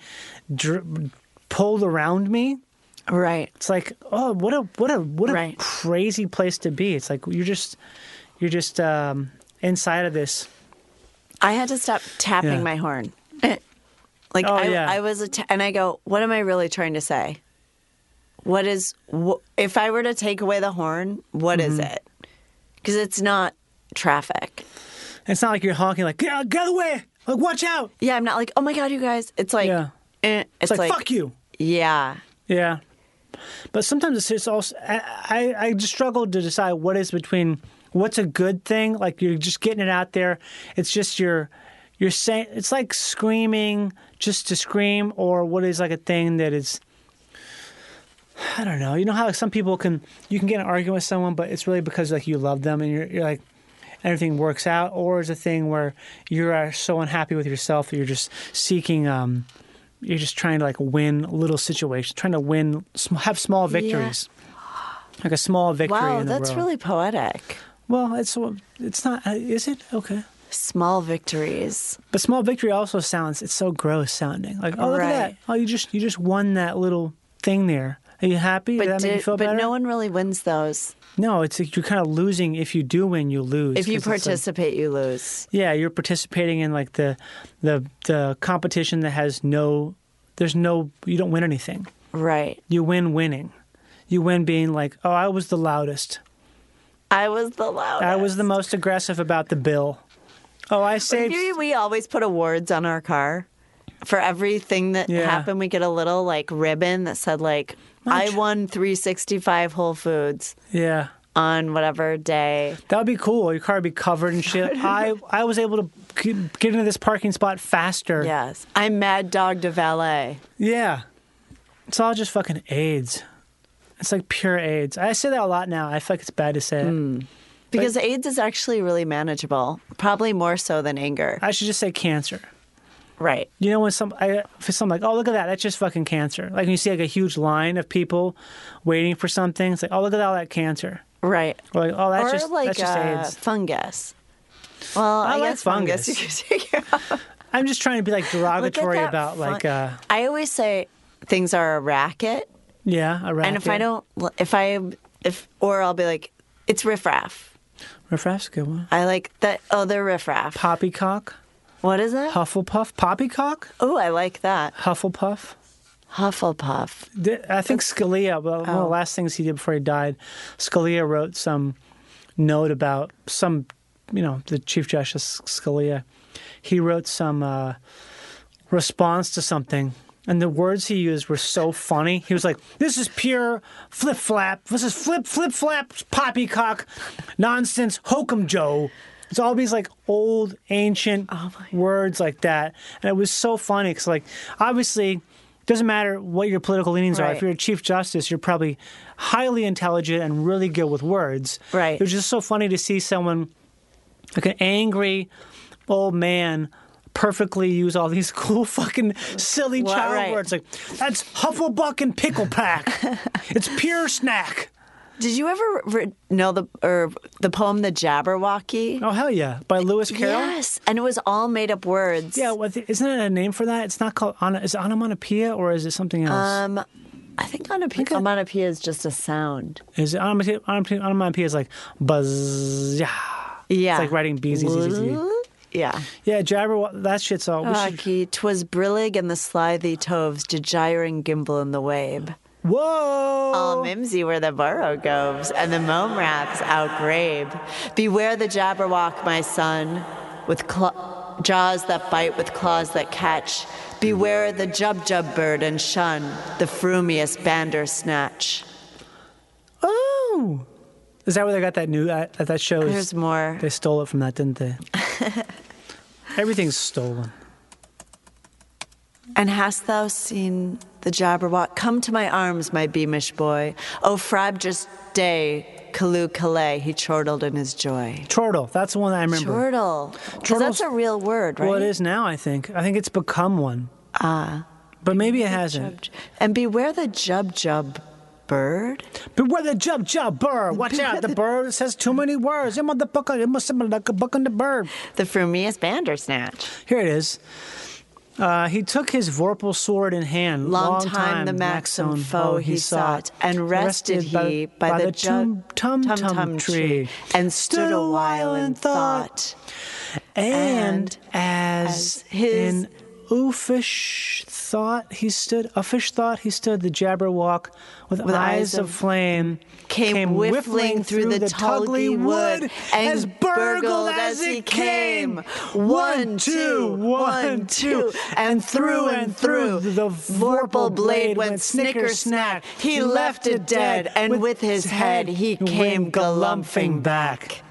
C: dr- pulled around me.
F: Right.
C: It's like, oh, what a what a what a
F: Right.
C: crazy place to be. It's like you're just you're just um, inside of this.
F: I had to stop tapping
C: Yeah.
F: my horn. Like
C: Oh,
F: I,
C: yeah.
F: I was, att- and I go, what am I really trying to say? What is wh- if I were to take away the horn? What is
C: Mm-hmm.
F: it? Because it's not traffic.
C: It's not like you're honking like get, out- get away, like watch out.
F: Yeah, I'm not like, oh my god, you guys. It's like,
C: Yeah.
F: eh,
C: It's, like, fuck you.
F: Yeah,
C: Yeah, but sometimes it's just also I, I I just struggle to decide what is between what's a good thing. Like you're just getting it out there. It's just your you're saying it's like screaming just to scream, or what is like a thing that is I don't know. You know how like, some people can you can get in an argument with someone, but it's really because like you love them and you're you're like everything works out, or is a thing where you are so unhappy with yourself that you're just seeking um you're just trying to like win little situations, trying to win sm- have small victories. Like a small victory.
F: Wow,
C: in the
F: that's
C: row.
F: really poetic.
C: well. It's it's not. uh, Is it okay?
F: Small victories.
C: But small victory also sounds it's so gross sounding. Like, oh look at that.
F: Right.
C: Oh you just you just won that little thing there. Are you happy?
F: But,
C: Did that make you
F: did-
C: feel
F: but
C: better?
F: no one really wins those.
C: No, it's like you're kind of losing if you do win, you lose.
F: If you
C: 'cause it's like-
F: participate, you lose.
C: yeah, you're participating in like the the the competition that has no there's no you don't win anything.
F: Right.
C: You win winning. You win being like, "Oh, I was the loudest.
F: I was the loudest.
C: I was the most aggressive about the bill." Oh, I saved
F: You- we always put awards on our car. For everything that
C: Yeah.
F: happened, we get a little like ribbon that said like
C: Much.
F: I won 365 Whole Foods
C: Yeah.
F: on whatever day.
C: That would be cool. Your car would be covered in shit. I I was able to get get into this parking spot faster.
F: Yes. I'm mad dog to valet.
C: Yeah. It's all just fucking AIDS. It's like pure AIDS. I say that a lot now. I feel like it's bad to
F: Mm.
C: say it.
F: Because AIDS is actually really manageable, probably more so than anger.
C: I should just say cancer.
F: Right.
C: You know when some I for some like oh look at that that's just fucking cancer. Like when you see like a huge line of people waiting for something. It's like oh look at all that cancer.
F: Right.
C: Or like oh that's
F: or
C: just
F: like
C: that's just
F: uh,
C: AIDS.
F: fungus. Well, I,
C: I like
F: guess fungus. you
C: fungus.
F: could take it out.
C: I'm just trying to be like
F: Look at
C: derogatory
F: that
C: about
F: fun-
C: like uh
F: I always say things are a racket,
C: yeah a racket.
F: and if I don't, if I if or I'll be like, it's riffraff.
C: Riffraff's a good one.
F: I like that. Oh, they're riffraff.
C: Poppycock,
F: What is that?
C: Hufflepuff, Poppycock,
F: Oh, I like that.
C: Hufflepuff.
F: Hufflepuff.
C: Di- I think Scalia, well, one of the
F: Oh.
C: last things he did before he died, Scalia wrote some note about some, you know, the Chief Justice Scalia. He wrote some uh, response to something, and the words he used were so funny. He was like, "This is pure flip flap. This is flip flip flap poppycock nonsense, hokum Joe." It's all these like old ancient words like that, and it was so funny because like obviously. it Doesn't matter what your political leanings are. If
F: Right.
C: you're a chief justice, you're probably highly intelligent and really good with words.
F: Right.
C: It was just so funny to see someone like an angry old man perfectly use all these cool fucking silly
F: Well,
C: child
F: right.
C: words like that's hufflepuff and pickle pack it's pure snack
F: Did you ever re- know the or the poem "The Jabberwocky"?
C: oh hell yeah by lewis carroll
F: Yes, and it was all made up words.
C: yeah what the, isn't it a name for that it's not called on is it onomatopoeia or is it something else
F: Um, I think onomatopoeia,
C: Okay.
F: onomatopoeia is just a sound.
C: is it onomatopoeia, onomatopoeia, onomatopoeia is like buzz yeah
F: Yeah.
C: like writing B's, Z's, Z's, Z's.
F: Yeah.
C: yeah jabber that shit's all we should,
F: Rocky, 'twas brillig and the slithy toves, did gyring gimble in the wabe.
C: whoa
F: All mimsy were the burrow goves, and the mome rats outgrabe. Beware the jabberwock, my son, with cla jaws that bite, with claws that catch. Beware the jub jub bird, and shun the frumious bandersnatch.
C: oh is that where they got that new that, that show is-
F: There's more.
C: They stole it from that, didn't they? Everything's stolen.
F: And hast thou seen the Jabberwock? Come to my arms, my beamish boy. O frabjous day, Kalu Calais, he chortled in his joy.
C: Chortle. That's the one I remember.
F: Chortle. 'Cause
C: Chortle's-
F: that's a real word, right?
C: Well, it is now. I think. I think it's become one.
F: Ah.
C: But maybe it hasn't.
F: Jub- And beware the Jub Jub bird.
C: Beware the jub jub bird. Watch out. The bird says too many words. It motherfucker. It must sound like a buck on the bird.
F: The frumious bandersnatch.
C: Here it is. Uh, he took his vorpal sword in hand.
F: Long time the maxim foe he sought, and rested he by the
C: tum
F: jub-
C: tum tum tree,
F: and stood a while in thought.
C: And,
F: And
C: as,
F: as
C: his
F: his-
C: in oofish thought he stood, a fish thought he stood, the Jabberwock with, eyes
F: eyes
C: of
F: of-
C: flame
F: Came, whiffling through the, tugly wood, and
C: as burgled as it came. One, two, one, two, and through and through the vorpal blade went snicker snack. He left it dead, and with his head he came galumphing back.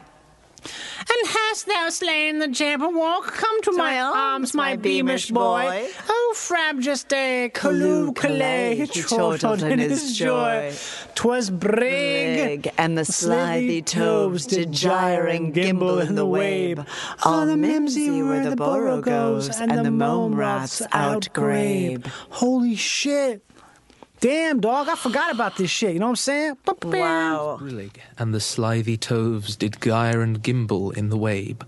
G: And hast thou slain the Jabberwock? Come to my,
F: Oh,
G: arms, my beamish boy. Oh, frabjous day, Callooh, Calais, he chortled in his joy. 'Twas brig,
F: Brig, and the slithy toves did gyre and gimble in the wabe. All mimsy where the burrow goes, and the mome rats outgrabe.
C: Holy shit. Damn, dog, I forgot about this shit. You know what I'm saying?
F: Wow.
H: Brillig and the slithy toves did gyre and gimble in the wabe.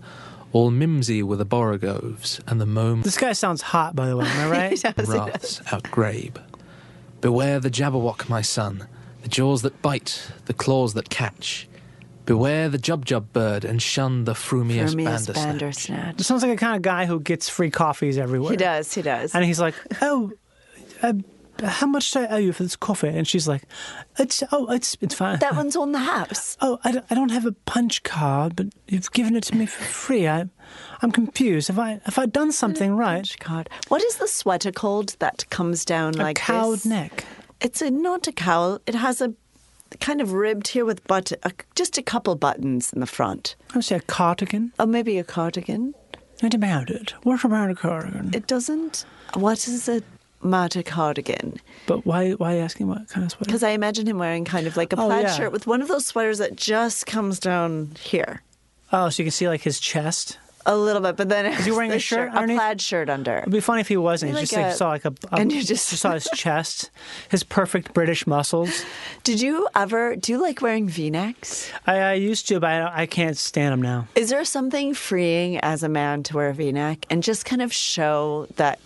H: All mimsy were the borogoves, and the mome
C: This guy sounds hot, by the way. Am I right?
H: wraths outgrabe. Beware the Jabberwock, my son, the jaws that bite, the claws that catch. Beware the Jubjub bird, and shun the frumious,
F: Hermes
H: bandersnatch.
F: Bandersnatch.
C: This sounds like a kind of guy who gets free coffees everywhere.
F: He does, he does.
C: And he's like, "Oh, uh, how much do I owe you for this coffee?" And she's like, "It's oh, it's it's fine."
F: that one's on the house.
C: oh, I don't, I don't have a punch card, but you've given it to me for free. I, I'm confused. Have I have I done
F: Mm.
C: something right?
F: God. What is the sweater called that comes down
C: A
F: like
C: cowed
F: this?
C: neck.
F: It's a, not a cowl. It has a kind of ribbed here with button, a, just a couple buttons in the front.
C: I would say a cardigan.
F: Oh, maybe a cardigan.
C: What about it? What about a cardigan?
F: It doesn't. What is a matter cardigan?
C: but why why are you asking what kind of sweater?
F: Because I imagine him wearing kind of like a
C: Oh,
F: plaid
C: yeah.
F: shirt with one of those sweaters that just comes down here
C: Oh, so you can see like his chest.
F: a little bit, but then is
C: he wearing a shirt
F: a
C: underneath?
F: plaid shirt under.
C: It'd be funny if he wasn't. You
F: Like
C: just like
F: a-
C: saw like a, a
F: and you just-
C: saw his chest, his perfect British muscles.
F: Did you ever do you like wearing V-necks?
C: I, I used to, but I, I can't stand him now.
F: Is there something freeing as a man to wear a V-neck and just kind of show that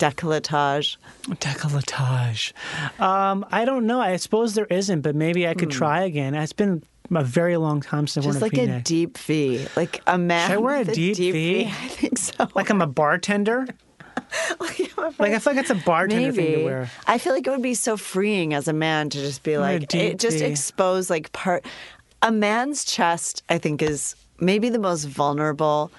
F: décolletage?
C: Decolletage. Um, I don't know. I suppose there isn't, but maybe I could try again. It's been a very long time since I've worn
F: Hmm. Just
C: a
F: like a
C: V-neck.
F: deep V, like a man.
C: Should I wear a
F: with
C: deep V?
F: I think so.
C: like I'm a bartender. Like I feel like it's a bartender
F: Maybe.
C: thing to wear.
F: I feel like it would be so freeing as a man to just be
C: Or a
F: like, it just
C: DP.
F: expose like part. A man's chest, I think, is maybe the most vulnerable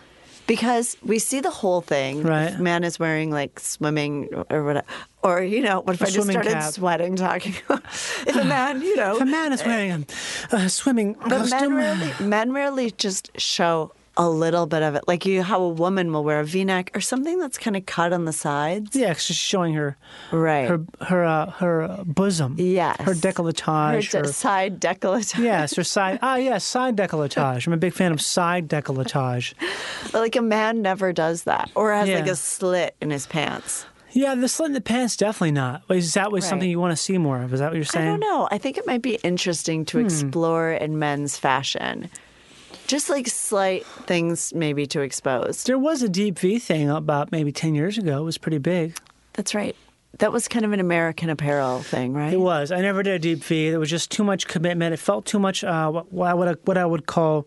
F: because we see the whole thing.
C: Right.
F: If man is wearing like swimming or whatever. Or, you know, what if
C: A
F: I just
C: swimming
F: started
C: cap.
F: sweating talking about if a man, you know.
C: If a man is wearing a, a swimming
F: But Oh, eh. men
C: costume,
F: rarely, men rarely just show a little bit of it. Like you, how a woman will wear a v neck or something that's kind of cut on the sides.
C: yeah, 'cause she's showing her
F: Right.
C: her her uh, her uh, bosom.
F: Yes.
C: her decolletage.
F: Her de- side décolletage.
C: Yes, her side. Ah, yes, side decolletage. I'm a big fan of side decolletage.
F: Like a man never does that, or has like
C: Yeah.
F: a slit in his pants.
C: Yeah, the slit in the pants definitely not. Is that was something
F: Right.
C: you want to see more of? Is that what you're saying?
F: I don't know. I think it might be interesting
C: Hmm.
F: to explore in men's fashion, just like slight things maybe to expose.
C: There was a deep V thing about maybe ten years ago. It was pretty big.
F: That's right. That was kind of an American Apparel thing, right?
C: It was. I never did a deep V. There was just too much commitment. It felt too much. Uh, what, what I would what I would call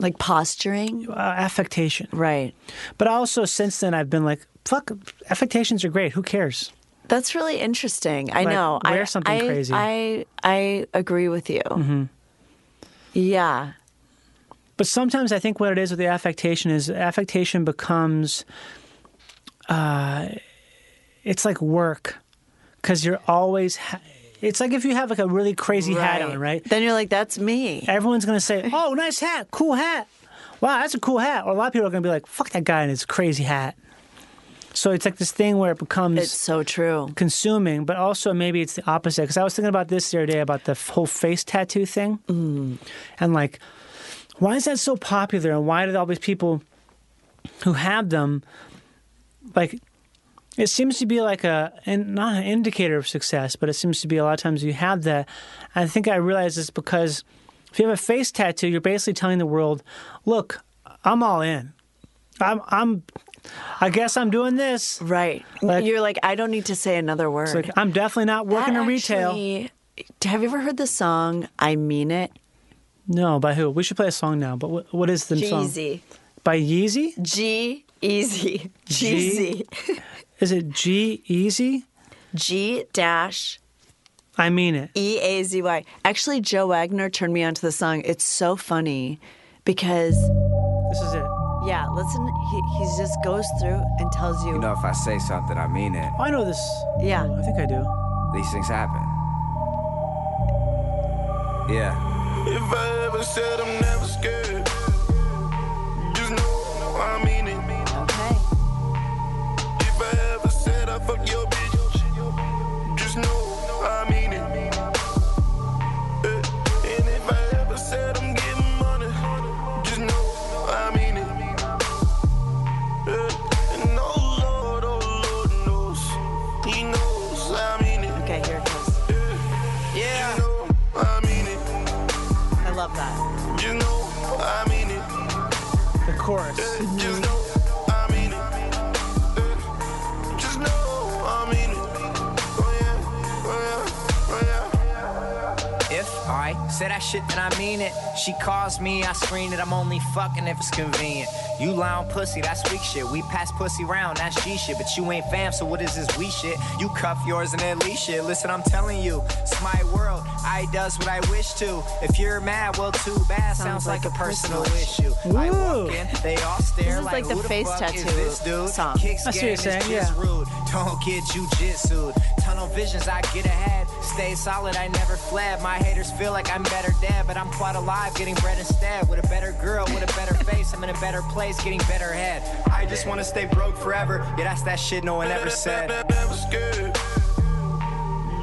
F: Like posturing,
C: uh, affectation.
F: right?
C: But also since then, I've been like, fuck, affectations are great. Who cares?
F: That's really interesting. I
C: Like,
F: know. I-
C: wear something
F: I,
C: crazy. Mm-hmm.
F: I I agree with you. Yeah.
C: But sometimes I think what it is with the affectation is affectation becomes, uh, it's like work, because you're always. Ha- it's like if you have like a really crazy hat on, right?
F: Then you're like, that's me.
C: Everyone's gonna say, "Oh, nice hat, cool hat, wow, that's a cool hat." Or a lot of people are gonna be like, "Fuck that guy and his crazy hat." So it's like this thing where it becomes
F: It's so true.
C: consuming, but also maybe it's the opposite. Because I was thinking about this the other day about the f- whole face tattoo thing, and like, why is that so popular, and why do all these people who have them, like, it seems to be like a and not an indicator of success, but it seems to be a lot of times you have that. I think I realize this because if you have a face tattoo, you're basically telling the world, "Look, I'm all in. I'm I'm." I guess I'm doing this.
F: Right.
C: Like-
F: You're like, I don't need to say another word.
C: It's like I'm definitely not
F: That
C: working in retail.
F: actually- have you ever heard the song I Mean It?
C: No, by who? We should play a song now. But what, what is the song?
F: Jeezy.
C: By Yeezy?
F: G E Easy.
C: G-
F: Jeezy.
C: Is it G Easy?
F: G dash
C: I mean it.
F: E A Z Y. Actually, Joe Wagner turned me onto the song. It's so funny because,
C: This is it.
F: yeah, listen, he he's just goes through and tells you,
I: You know, if I say something, I mean it.
C: Oh, I know this.
F: yeah.
C: I think I do.
I: These things happen. Yeah.
J: If I ever said I'm never scared, just know I mean it. Okay. If I ever said I fuck your bitch, just know I mean it. Eh, And if I ever said I'm getting money, just know I mean it. Eh, And oh Lord, oh Lord knows, he knows I mean it.
F: Okay, here it comes.
J: Yeah. You know I mean it.
F: I love that.
J: You know I mean it.
C: The chorus.
J: Just know I mean it. Just know I mean it. Oh yeah, oh yeah, oh yeah.
I: If I say that shit, then I mean it. She calls me, I screen it. I'm only fucking if it's convenient. You lying pussy, that's weak shit. We pass pussy round, that's G shit. But you ain't fam, so what is this we shit? You cuff yours and then leash shit. Listen, I'm telling you, it's my world. I does what I wish to. If you're mad, well, too bad. Sounds, like, a personal issue. I walk in, they all stare
F: This is like the
I: who the
F: face
I: fuck is
F: tattoo
I: this dude?
F: song.
I: Kicks
K: I see what
I: game
K: you're
I: is
K: saying,
I: just
K: yeah.
I: rude. Don't get jujitsued. Tunnel visions, I get ahead. Stay solid, I never fled. My haters feel like I'm better dead, but I'm quite alive, getting bread instead. With a better girl, with a better face, I'm in a better place, getting better head. I just wanna stay broke forever. Yeah, that's that shit no one ever said.
J: Never scared.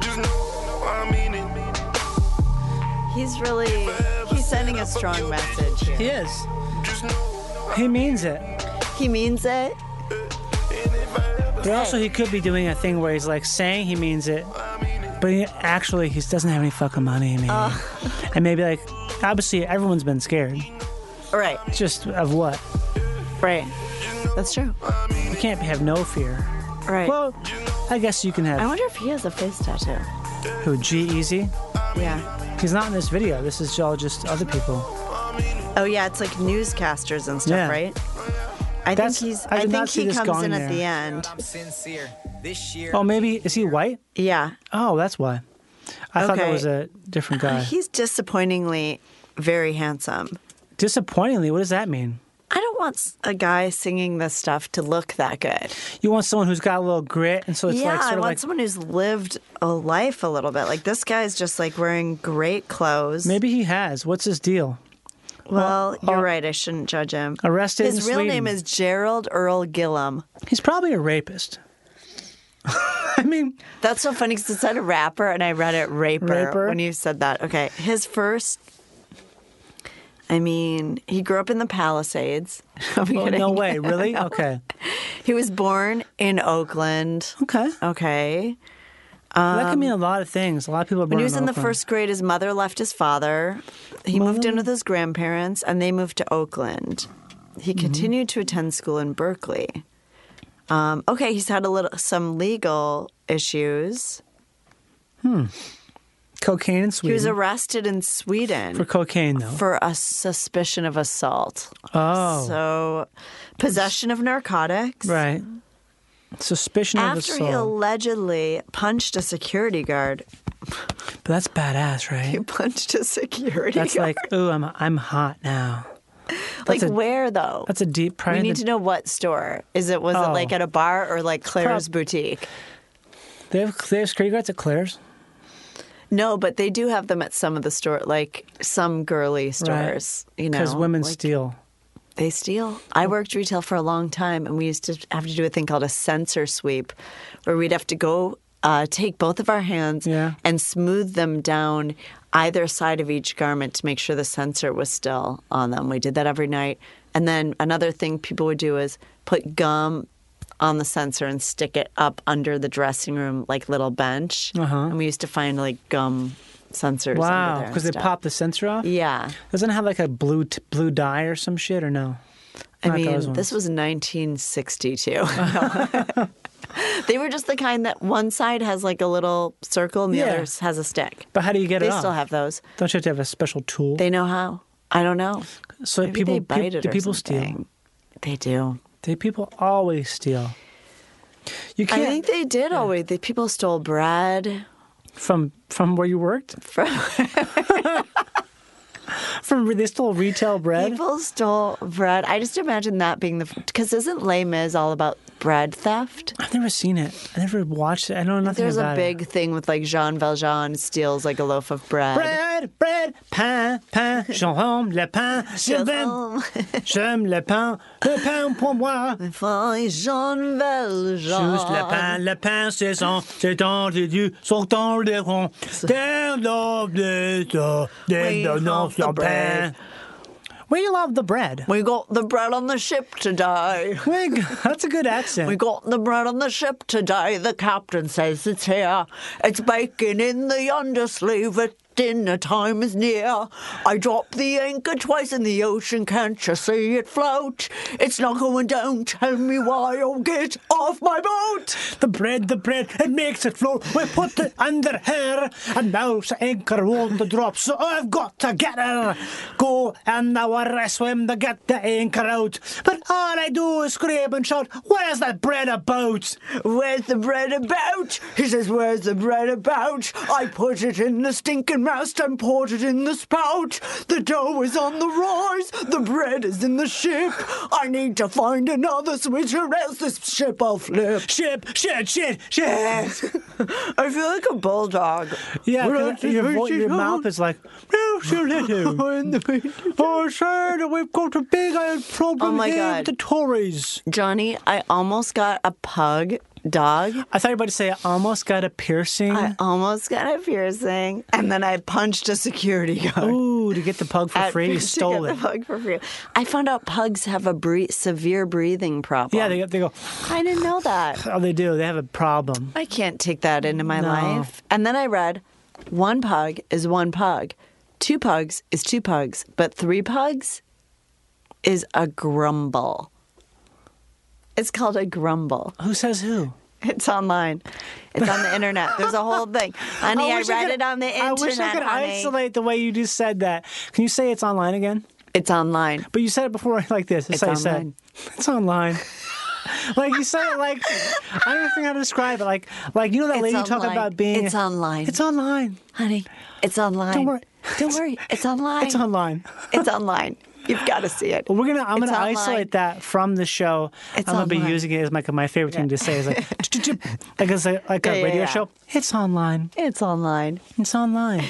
J: Just know I mean it.
F: He's really he's sending a strong message here.
C: He is.
J: Just know.
C: He means it.
F: He means it.
J: And if I ever
C: But also, he could be doing a thing where he's like saying he means it,
J: I mean it.
C: but he, actually, he doesn't have any fucking money. I mean, and maybe like obviously, everyone's been scared.
F: Right,
C: Just of what?
F: right. That's true.
C: You can't have no fear.
F: Right.
C: Well, I guess you can have.
F: I wonder if he has a face tattoo.
C: who? G Easy.
F: Yeah.
C: He's not in this video. This is all just other people.
F: Oh yeah, it's like newscasters and stuff,
C: Yeah.
F: right? I
C: That's-
F: think he's.
C: I
F: I,
C: did
F: think
C: not see
F: he
C: this
F: comes
C: going
F: in at the
C: there.
F: end.
I: I'm sincere. This year.
C: Oh, maybe is he white?
F: Yeah.
C: Oh, that's why. I thought that
F: Okay.
C: was a different guy.
F: He's disappointingly very handsome.
C: Disappointingly, what does that mean?
F: I don't want s- a guy singing this stuff to look that good.
C: You want someone who's got a little grit, and so it's
F: yeah,
C: like
F: I
C: sort of
F: want
C: like
F: someone who's lived a life a little bit. Like this guy's just like wearing great clothes.
C: maybe he has. What's his deal?
F: Well,
C: uh,
F: you're right. I shouldn't judge him.
C: Arrested
F: His
C: in
F: real name
C: Sweden.
F: is Gerald Earl Gillum.
C: He's probably a rapist. I mean,
F: That's so funny because it said rapper and I read it raper,
C: Raper?
F: when you said that. Okay. His first, I mean, he grew up in the Palisades. Are we
C: oh,
F: kidding?
C: no way, really? Okay,
F: He was born in Oakland.
C: okay.
F: Okay.
C: that can mean a lot of things. A lot of people. Are
F: When
C: born
F: he was in the
C: Oakland.
F: first grade, his mother left his father. He moved in with his grandparents and they moved to Oakland.
C: Mm-hmm.
F: He continued to attend school in Berkeley. Um, okay, he's had a little some legal issues.
C: cocaine in
F: He
C: Sweden.
F: was arrested in Sweden
C: for cocaine though.
F: for a suspicion of assault.
C: oh,
F: So, possession of narcotics.
C: right. Suspicion of
F: After he
C: assault.
F: allegedly punched a security guard,
C: But that's badass,
F: he
C: right?
F: punched a security
C: That's
F: guard.
C: like, ooh, I'm I'm hot now.
F: Like,
C: a-
F: where though?
C: That's a deep pride.
F: we
C: in
F: need
C: the-
F: to know what store. Is it was it
C: Oh.
F: like at a bar or like Claire's
C: Prob-
F: boutique?
C: They have they have security guards at Claire's.
F: No, but they do have them at some of the store, like some girly stores. You know,
C: because women
F: like,
C: steal.
F: They steal.
C: Oh.
F: I worked retail for a long time, and we used to have to do a thing called a sensor sweep, where we'd have to go uh, take both of our hands
C: Yeah.
F: and smooth them down either side of each garment to make sure the sensor was still on them. We did that every night. And then another thing people would do is put gum on the sensor and stick it up under the dressing room like little bench.
C: Uh-huh.
F: And we used to find like gum sensors. under
C: Wow,
F: there and
C: because they
F: stuff.
C: pop the sensor off.
F: Yeah.
C: Doesn't it have like a blue t- blue dye or some shit or no?
F: I
C: Not those
F: mean,
C: ones.
F: this was 1962. they were just the kind that one side has like a little circle and the
C: Yeah.
F: other has a stick.
C: But how do you get
F: They
C: it off?
F: still have those.
C: Don't you have to have a special tool?
F: They know how. I don't know.
C: so
F: Maybe
C: people
F: they
C: peop-
F: bite it
C: do
F: or
C: people steal?
F: something. They do.
C: Do people always steal? You
F: I
C: can't
F: think they did always. The people stole bread
C: from from where you worked
F: from
C: from re- they stole retail bread.
F: people stole bread. I just imagine that being the because isn't Les Mis all about bread theft.
C: I've never seen it. I never watched it. I know nothing
F: There's a
C: about
F: big thing with like Jean Valjean steals like a loaf of
C: it.
F: bread.
C: Bread, bread, pain, pain. J'aime le pain. Je vais-
F: Jean-
C: J'aime le pain. Le pain pour moi.
F: Jean Valjean.
C: Juste le pain, le pain, c'est son, c'est ton dédu, son temps de rond. Des noms, des noms, des
F: We
C: noms
F: love the
C: sur pain.
F: bread.
C: We love the bread.
F: We got the bread on the ship today.
C: We g- That's a good accent.
F: We got the bread on the ship today. The captain says it's here. It's baking in the undersleeve. At dinner time is near. I drop the anchor twice in the ocean. Can't you see it float? It's not going down. Tell me why. Oh, get off my boat.
C: The bread, the bread, it makes it float. We put it under her, and now she anchor won't drop, so I've got to get her. Go and hour I swim to get the anchor out, but all I do is scream and shout, Where's that bread about?
F: Where's the bread about? He says, Where's the bread about? I put it in the stinking mast and poured it in the spout. The dough is on the rise, the bread is in the ship. I need to find another switch or else this ship will flip.
C: Ship, shit, shit, shit.
F: I feel like a bulldog.
C: Yeah, 'cause your, vo- your mouth is like, "No, sure, let him." Oh, sir, we've got a big old problem
F: Oh, my
C: here
F: God.
C: with the Tories.
F: Johnny, I almost got a pug dog.
C: I thought you were about to say, I almost got a piercing.
F: I almost got a piercing, and then I punched a security guard.
C: Ooh, to get the pug for
F: at
C: free. You
F: first to
C: stole
F: get
C: it.
F: the pug for free. I found out pugs have a bre- severe breathing problem.
C: Yeah, they, go- they go,
F: I didn't know that.
C: oh, they do. They have a problem.
F: I can't take that into my
C: No.
F: life. And then I read, one pug is one pug, two pugs is two pugs, but three pugs is a grumble. It's called a grumble.
C: Who says who?
F: It's online. It's on the internet. There's a whole thing. Honey, I,
C: wish
F: read
C: could-
F: it on the internet.
C: I wish I could
F: honey.
C: isolate the way you just said that. Can you say it's online again?
F: It's online.
C: But you said it before like this. That's
F: It's
C: how you said it.
F: online.
C: It's online. like you said it like I don't think how to describe it. Like like you know that
F: It's
C: lady you talk
F: online.
C: about being
F: It's online.
C: It's online.
F: Honey, it's online.
C: Don't worry.
F: Don't worry. It's online.
C: It's online.
F: It's online. You've got to see it.
C: Well, we're gonna. I'm
F: It's
C: gonna
F: online.
C: isolate that from the show.
F: It's
C: I'm gonna be
F: online.
C: using it as my my favorite thing to say is like like it's like, like
F: Yeah,
C: a
F: yeah,
C: radio
F: yeah.
C: show. It's online.
F: It's online.
C: It's online.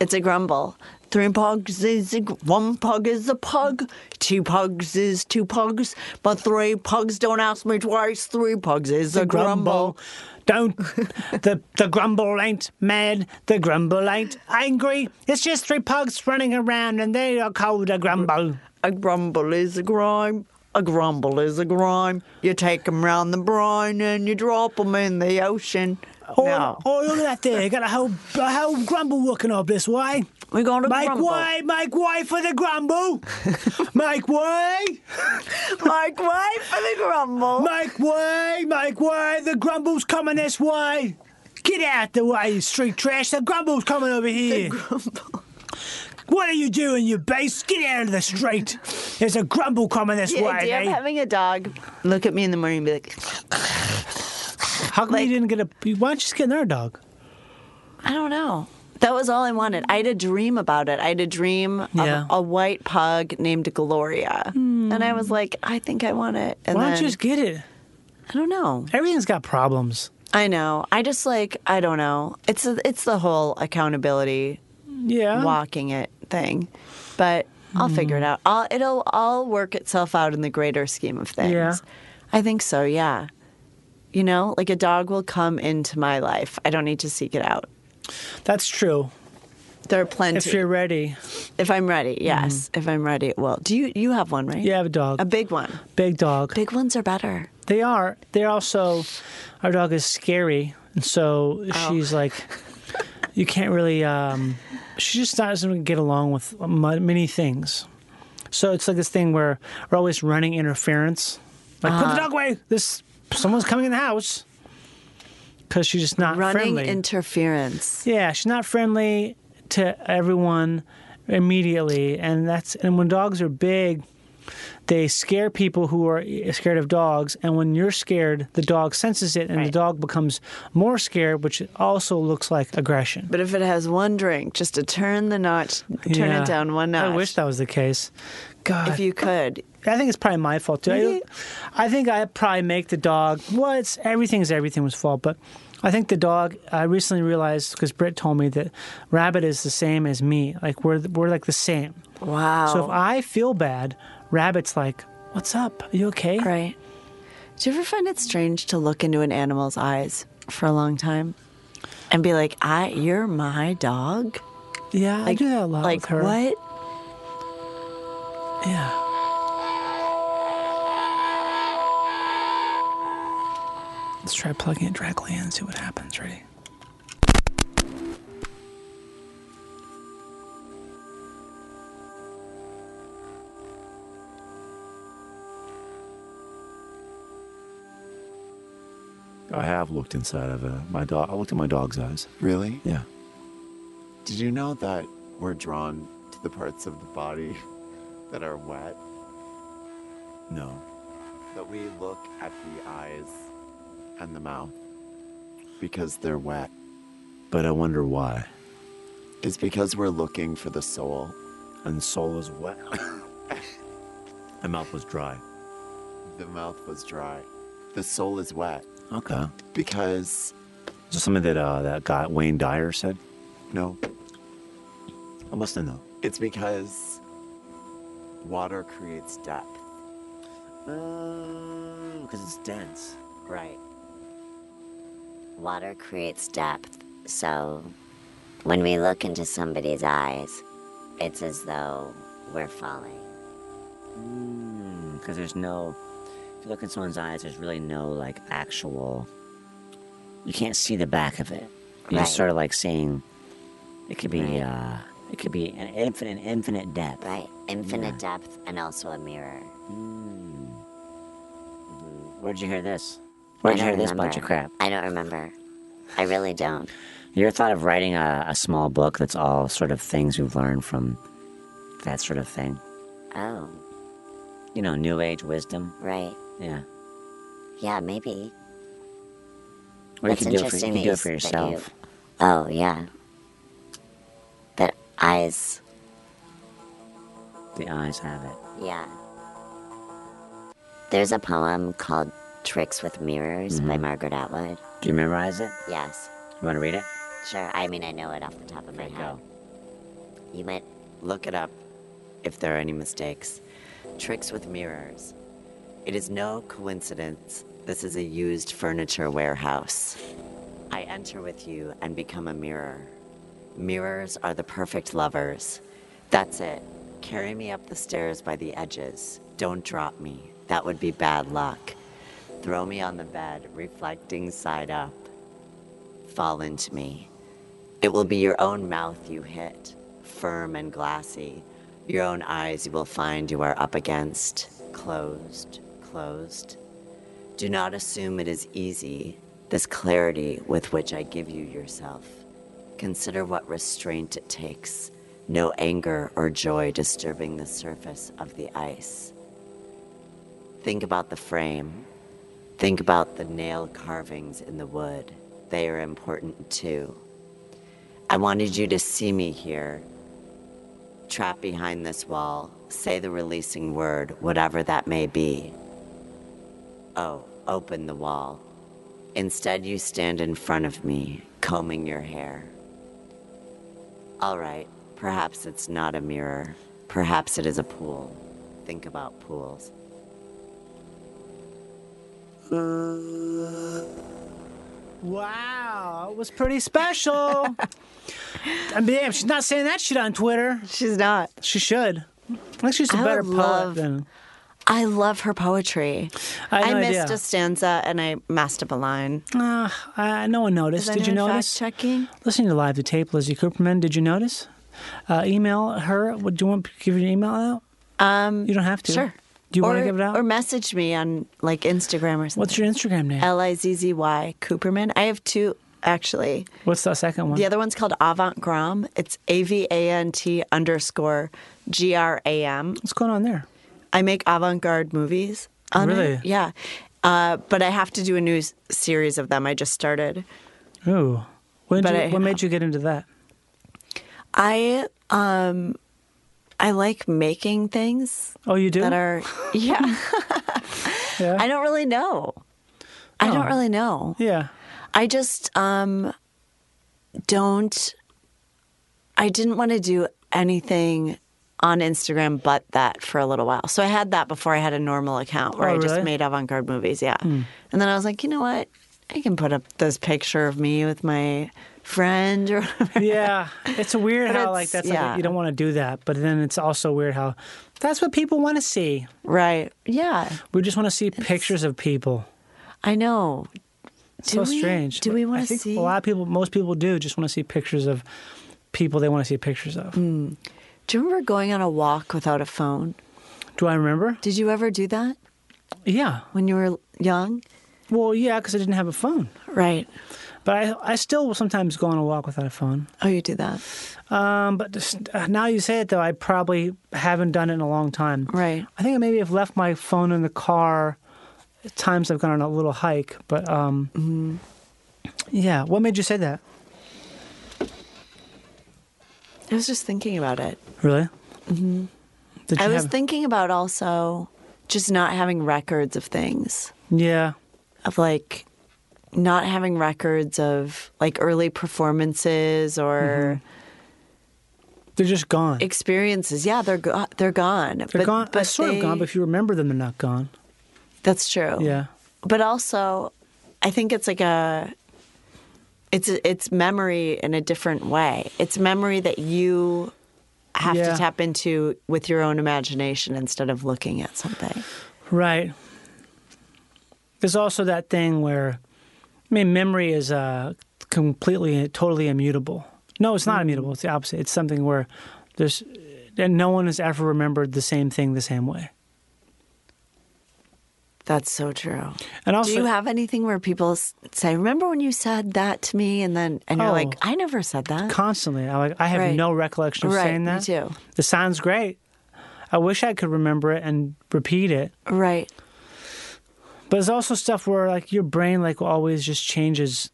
F: It's a grumble. Three pugs is a, gr- one pug is a pug. Two pugs is two pugs. But three pugs don't ask me twice. Three pugs is a grumble.
C: Don't the the grumble ain't mad. The grumble ain't angry. It's just three pugs running around, and they are called a grumble.
F: A grumble is a grime. A grumble is a grime. You take 'em round the brine and you drop 'em in the ocean.
C: Oh,
F: no.
C: oh, look at that there! You got a whole a whole grumble walking up this way.
F: We're going to
C: Make
F: grumble.
C: way, make way for the grumble. make way,
F: Mike, wait for the grumble.
C: make way, make way. The grumble's coming this way. Get out the way, you street trash. The grumble's coming over here. What are you doing, you base? Get out of the street. There's a grumble coming this
F: Yeah,
C: way.
F: do you
C: eh?
F: ever having a dog look at me in the morning and be like,
C: How come
F: like-
C: you didn't get a? Why don't you just get another dog?
F: I don't know. That was all I wanted. I had a dream about it. I had a dream
C: Yeah.
F: of a white pug named Gloria. And I was like, I think I want it. And
C: Why
F: then,
C: don't you just get it?
F: I don't know.
C: Everything's got problems.
F: I know. I just like, I don't know. It's it's the whole accountability
C: Yeah.
F: walking it thing. But I'll
C: Hmm.
F: figure it out. I'll, it'll all work itself out in the greater scheme of things.
C: Yeah.
F: I think so, yeah. You know, like a dog will come into my life. I don't need to seek it out.
C: That's true.
F: There are plenty.
C: If you're Mm-hmm. ready,
F: If I'm ready, yes. If I'm ready, it will. Do you you have one, right?
C: you have a dog.
F: A big one.
C: big dog.
F: Big ones are better.
C: They are. They're also. Our dog is scary, and so
F: Oh.
C: she's like, you can't really. Um, she just doesn't get along with mu- many things. So it's like this thing where we're always running interference. Like put
F: Uh.
C: the dog away. This someone's coming in the house. Because she's just not
F: Running
C: friendly.
F: interference.
C: Yeah, she's not friendly to everyone immediately, and that's and when dogs are big, They scare people who are scared of dogs, and when you're scared, the dog senses it, and the
L: Right.
C: dog becomes more scared, which also looks like aggression.
L: But if it has one drink, just to turn the notch, turn
C: Yeah.
L: it down one notch.
C: I wish that was the case. God,
L: If you could.
C: I think it's probably my fault too. I,
L: Maybe-
C: I think I probably make the dog. Well, it's everything's everything's fault, but I think the dog. I recently realized because Britt told me that Rabbit is the same as me. Like we're we're like the same.
L: Wow.
C: So if I feel bad, Rabbit's like, "What's up? Are you okay?"
L: Right. Do you ever find it strange to look into an animal's eyes for a long time and be like, "I, you're my dog."
C: Yeah, I
L: Like-
C: do that a lot
L: Like
C: with her.
L: what?
C: Yeah. Let's try plugging it directly in and see what happens. Ready?
M: I have looked inside of a, my dog. I looked at my dog's eyes.
N: Really?
M: Yeah.
N: Did you know that we're drawn to the parts of the body that are wet?
M: No.
N: That we look at the eyes and the mouth because they're wet.
M: But I wonder why.
N: It's because we're looking for the soul.
M: And soul is wet. my mouth was dry.
N: The mouth was dry. The soul is wet
M: Okay.
N: because
M: Is this something that uh, that guy Wayne Dyer said?
N: no,
M: I must have known.
N: it's because water creates depth.
M: Because it's dense.
N: Right.
O: Water creates depth, so when we look into somebody's eyes, it's as though we're falling.
P: Because there's no. If you look in someone's eyes, there's really no, like, actual. You can't see the back of it. You're
O: Right.
P: just sort of like seeing. It could be.
O: Right.
P: uh It could be an infinite, infinite depth.
O: Right? Infinite depth and also a mirror.
P: Where'd you hear this?
O: I
P: Where'd you
O: don't
P: hear this bunch of
O: remember.
P: crap?
O: I don't remember. I really don't.
P: You ever thought of writing a, a small book that's all sort of things we've learned from that sort of thing?
O: Oh,
P: You know, New Age wisdom.
O: right.
P: Yeah.
O: Yeah, maybe.
P: Or you
O: That's
P: can do it for, you
O: interesting
P: can
O: that
P: do
O: you
P: it for
O: s- that you-
P: yourself.
O: Oh, yeah. That eyes.
P: The eyes have it.
O: Yeah. There's a poem called Tricks with Mirrors by
F: Mm-hmm.
P: Mhm.
O: Margaret Atwood.
P: Do you memorize it?
O: Yes.
P: You want to read it?
O: Sure. I mean, I know it off the top of my head. You might
F: Look it up if there are any mistakes. Tricks with mirrors. It is no coincidence this is a used furniture warehouse.
O: I enter with you
F: and become a mirror. Mirrors are the perfect lovers. That's it. Carry me up the stairs by the edges. Don't drop me. That would be bad luck. Throw me on the bed, reflecting side up. Fall into me. It will be your own mouth you hit, firm and glassy. Your own eyes you will find you are up against, closed, closed. Do not assume it is easy, this clarity with which I give you yourself. Consider what restraint it takes, no anger or joy disturbing the surface of the ice. Think about the frame. Think about the nail carvings in the wood. They are important too. I wanted you to see me here, trapped behind this wall. Say the releasing word, whatever that may be. Oh, open the wall. Instead, you stand in front of me, combing your hair. All right, perhaps it's not a mirror. Perhaps it is a pool. Think about pools.
C: Wow, it was pretty special. I mean, damn, she's not saying that shit on Twitter.
L: She's not.
C: She should. I think she's a
L: I
C: better
L: would
C: poet
L: love-
C: than.
L: I love her poetry.
C: I had no
L: missed
C: idea.
L: a stanza and I messed up a line.
C: Uh, I, no one noticed.
L: Is
C: Did you
L: anyone
C: notice?
L: fact-checking?
C: Listening to live to tape, Lizzie Cooperman. Did you notice? Uh, email her. Would do you want to give your email out?
L: Um,
C: you don't have to.
L: Sure.
C: Do you want
L: Or-
C: to give it out?
L: Or message me on like Instagram or something.
C: What's your Instagram name?
L: L I Z Z Y Cooperman. I have two actually.
C: What's the second one?
L: The other one's called Avant Gram. It's A V A N T underscore G R A M.
C: What's going on there?
F: I make avant-garde movies. On
C: Really?
F: It. Yeah. Uh, but I have to do a new s- series of them. I just started.
C: Ooh. When
F: But
C: did you,
F: I-
C: what made you get into that?
F: I um, I like making things.
C: Oh, you do?
F: That are yeah. I don't really know. I
C: Oh.
F: don't really know.
C: Yeah.
F: I just um, don't. I didn't want to do anything on Instagram but that for a little while. So I had that before I had a normal account where
C: Oh,
F: I just
C: really?
F: made avant garde movies. Yeah.
C: Hmm.
F: And then I was like, you know what? I can put up this picture of me with my friend or whatever.
C: Yeah. It's a weird
F: But
C: how like
F: it's-
C: that's
F: yeah.
C: like you don't want to do that, but then it's also weird how that's what people want to see.
F: Right. Yeah.
C: We just want to see pictures of people.
F: I know.
C: So
F: Do we-
C: strange.
F: do we
C: I
F: wanna
C: think
F: see-
C: A lot of people, most people do, just want to see pictures of people they want to see pictures of.
F: Mm. Do you remember going on a walk without a phone?
C: Do I remember?
F: Did you ever do that
C: Yeah.
F: when you were young?
C: Well, yeah, because I didn't have a phone.
F: Right.
C: But I, I still will sometimes go on a walk without a phone.
F: Oh, you do that.
C: Um, but just, uh, now you say it though, I probably haven't done it in a long time.
F: Right.
C: I think I maybe have left my phone in the car at times I've gone on a little hike. But um,
F: Mm-hmm.
C: yeah, what made you say that?
F: I was just thinking about it.
C: Really?
F: hmm
C: Did
F: I
C: you
F: was
C: have-
F: thinking about also just not having records of things,
C: Yeah.
F: of like not having records of like early performances or
C: Mm-hmm. They're just gone.
F: experiences. Yeah, they're go- they're gone.
C: They're gone. They're sort of gone, but if you remember them, they're not gone.
F: that's true.
C: Yeah.
F: but also i think it's like a it's it's memory in a different way it's memory that you have
C: Yeah.
F: to tap into with your own imagination instead of looking at something
C: Right. There's also that thing where, I mean, memory is uh, completely, totally immutable. No, it's
F: Mm-hmm.
C: not immutable. It's the opposite. It's something where there's, and no one has ever remembered the same thing the same way.
F: that's so true
C: And also,
F: do you have anything where people s- say remember when you said that to me and then and you're
C: Oh.
F: like i never said that
C: constantly, I, like, I have
F: Right.
C: no recollection of
F: Right,
C: saying
F: me
C: that.
F: too.
C: It sounds great. I wish I could remember it and repeat it.
F: right
C: But there's also stuff where like your brain like always just changes.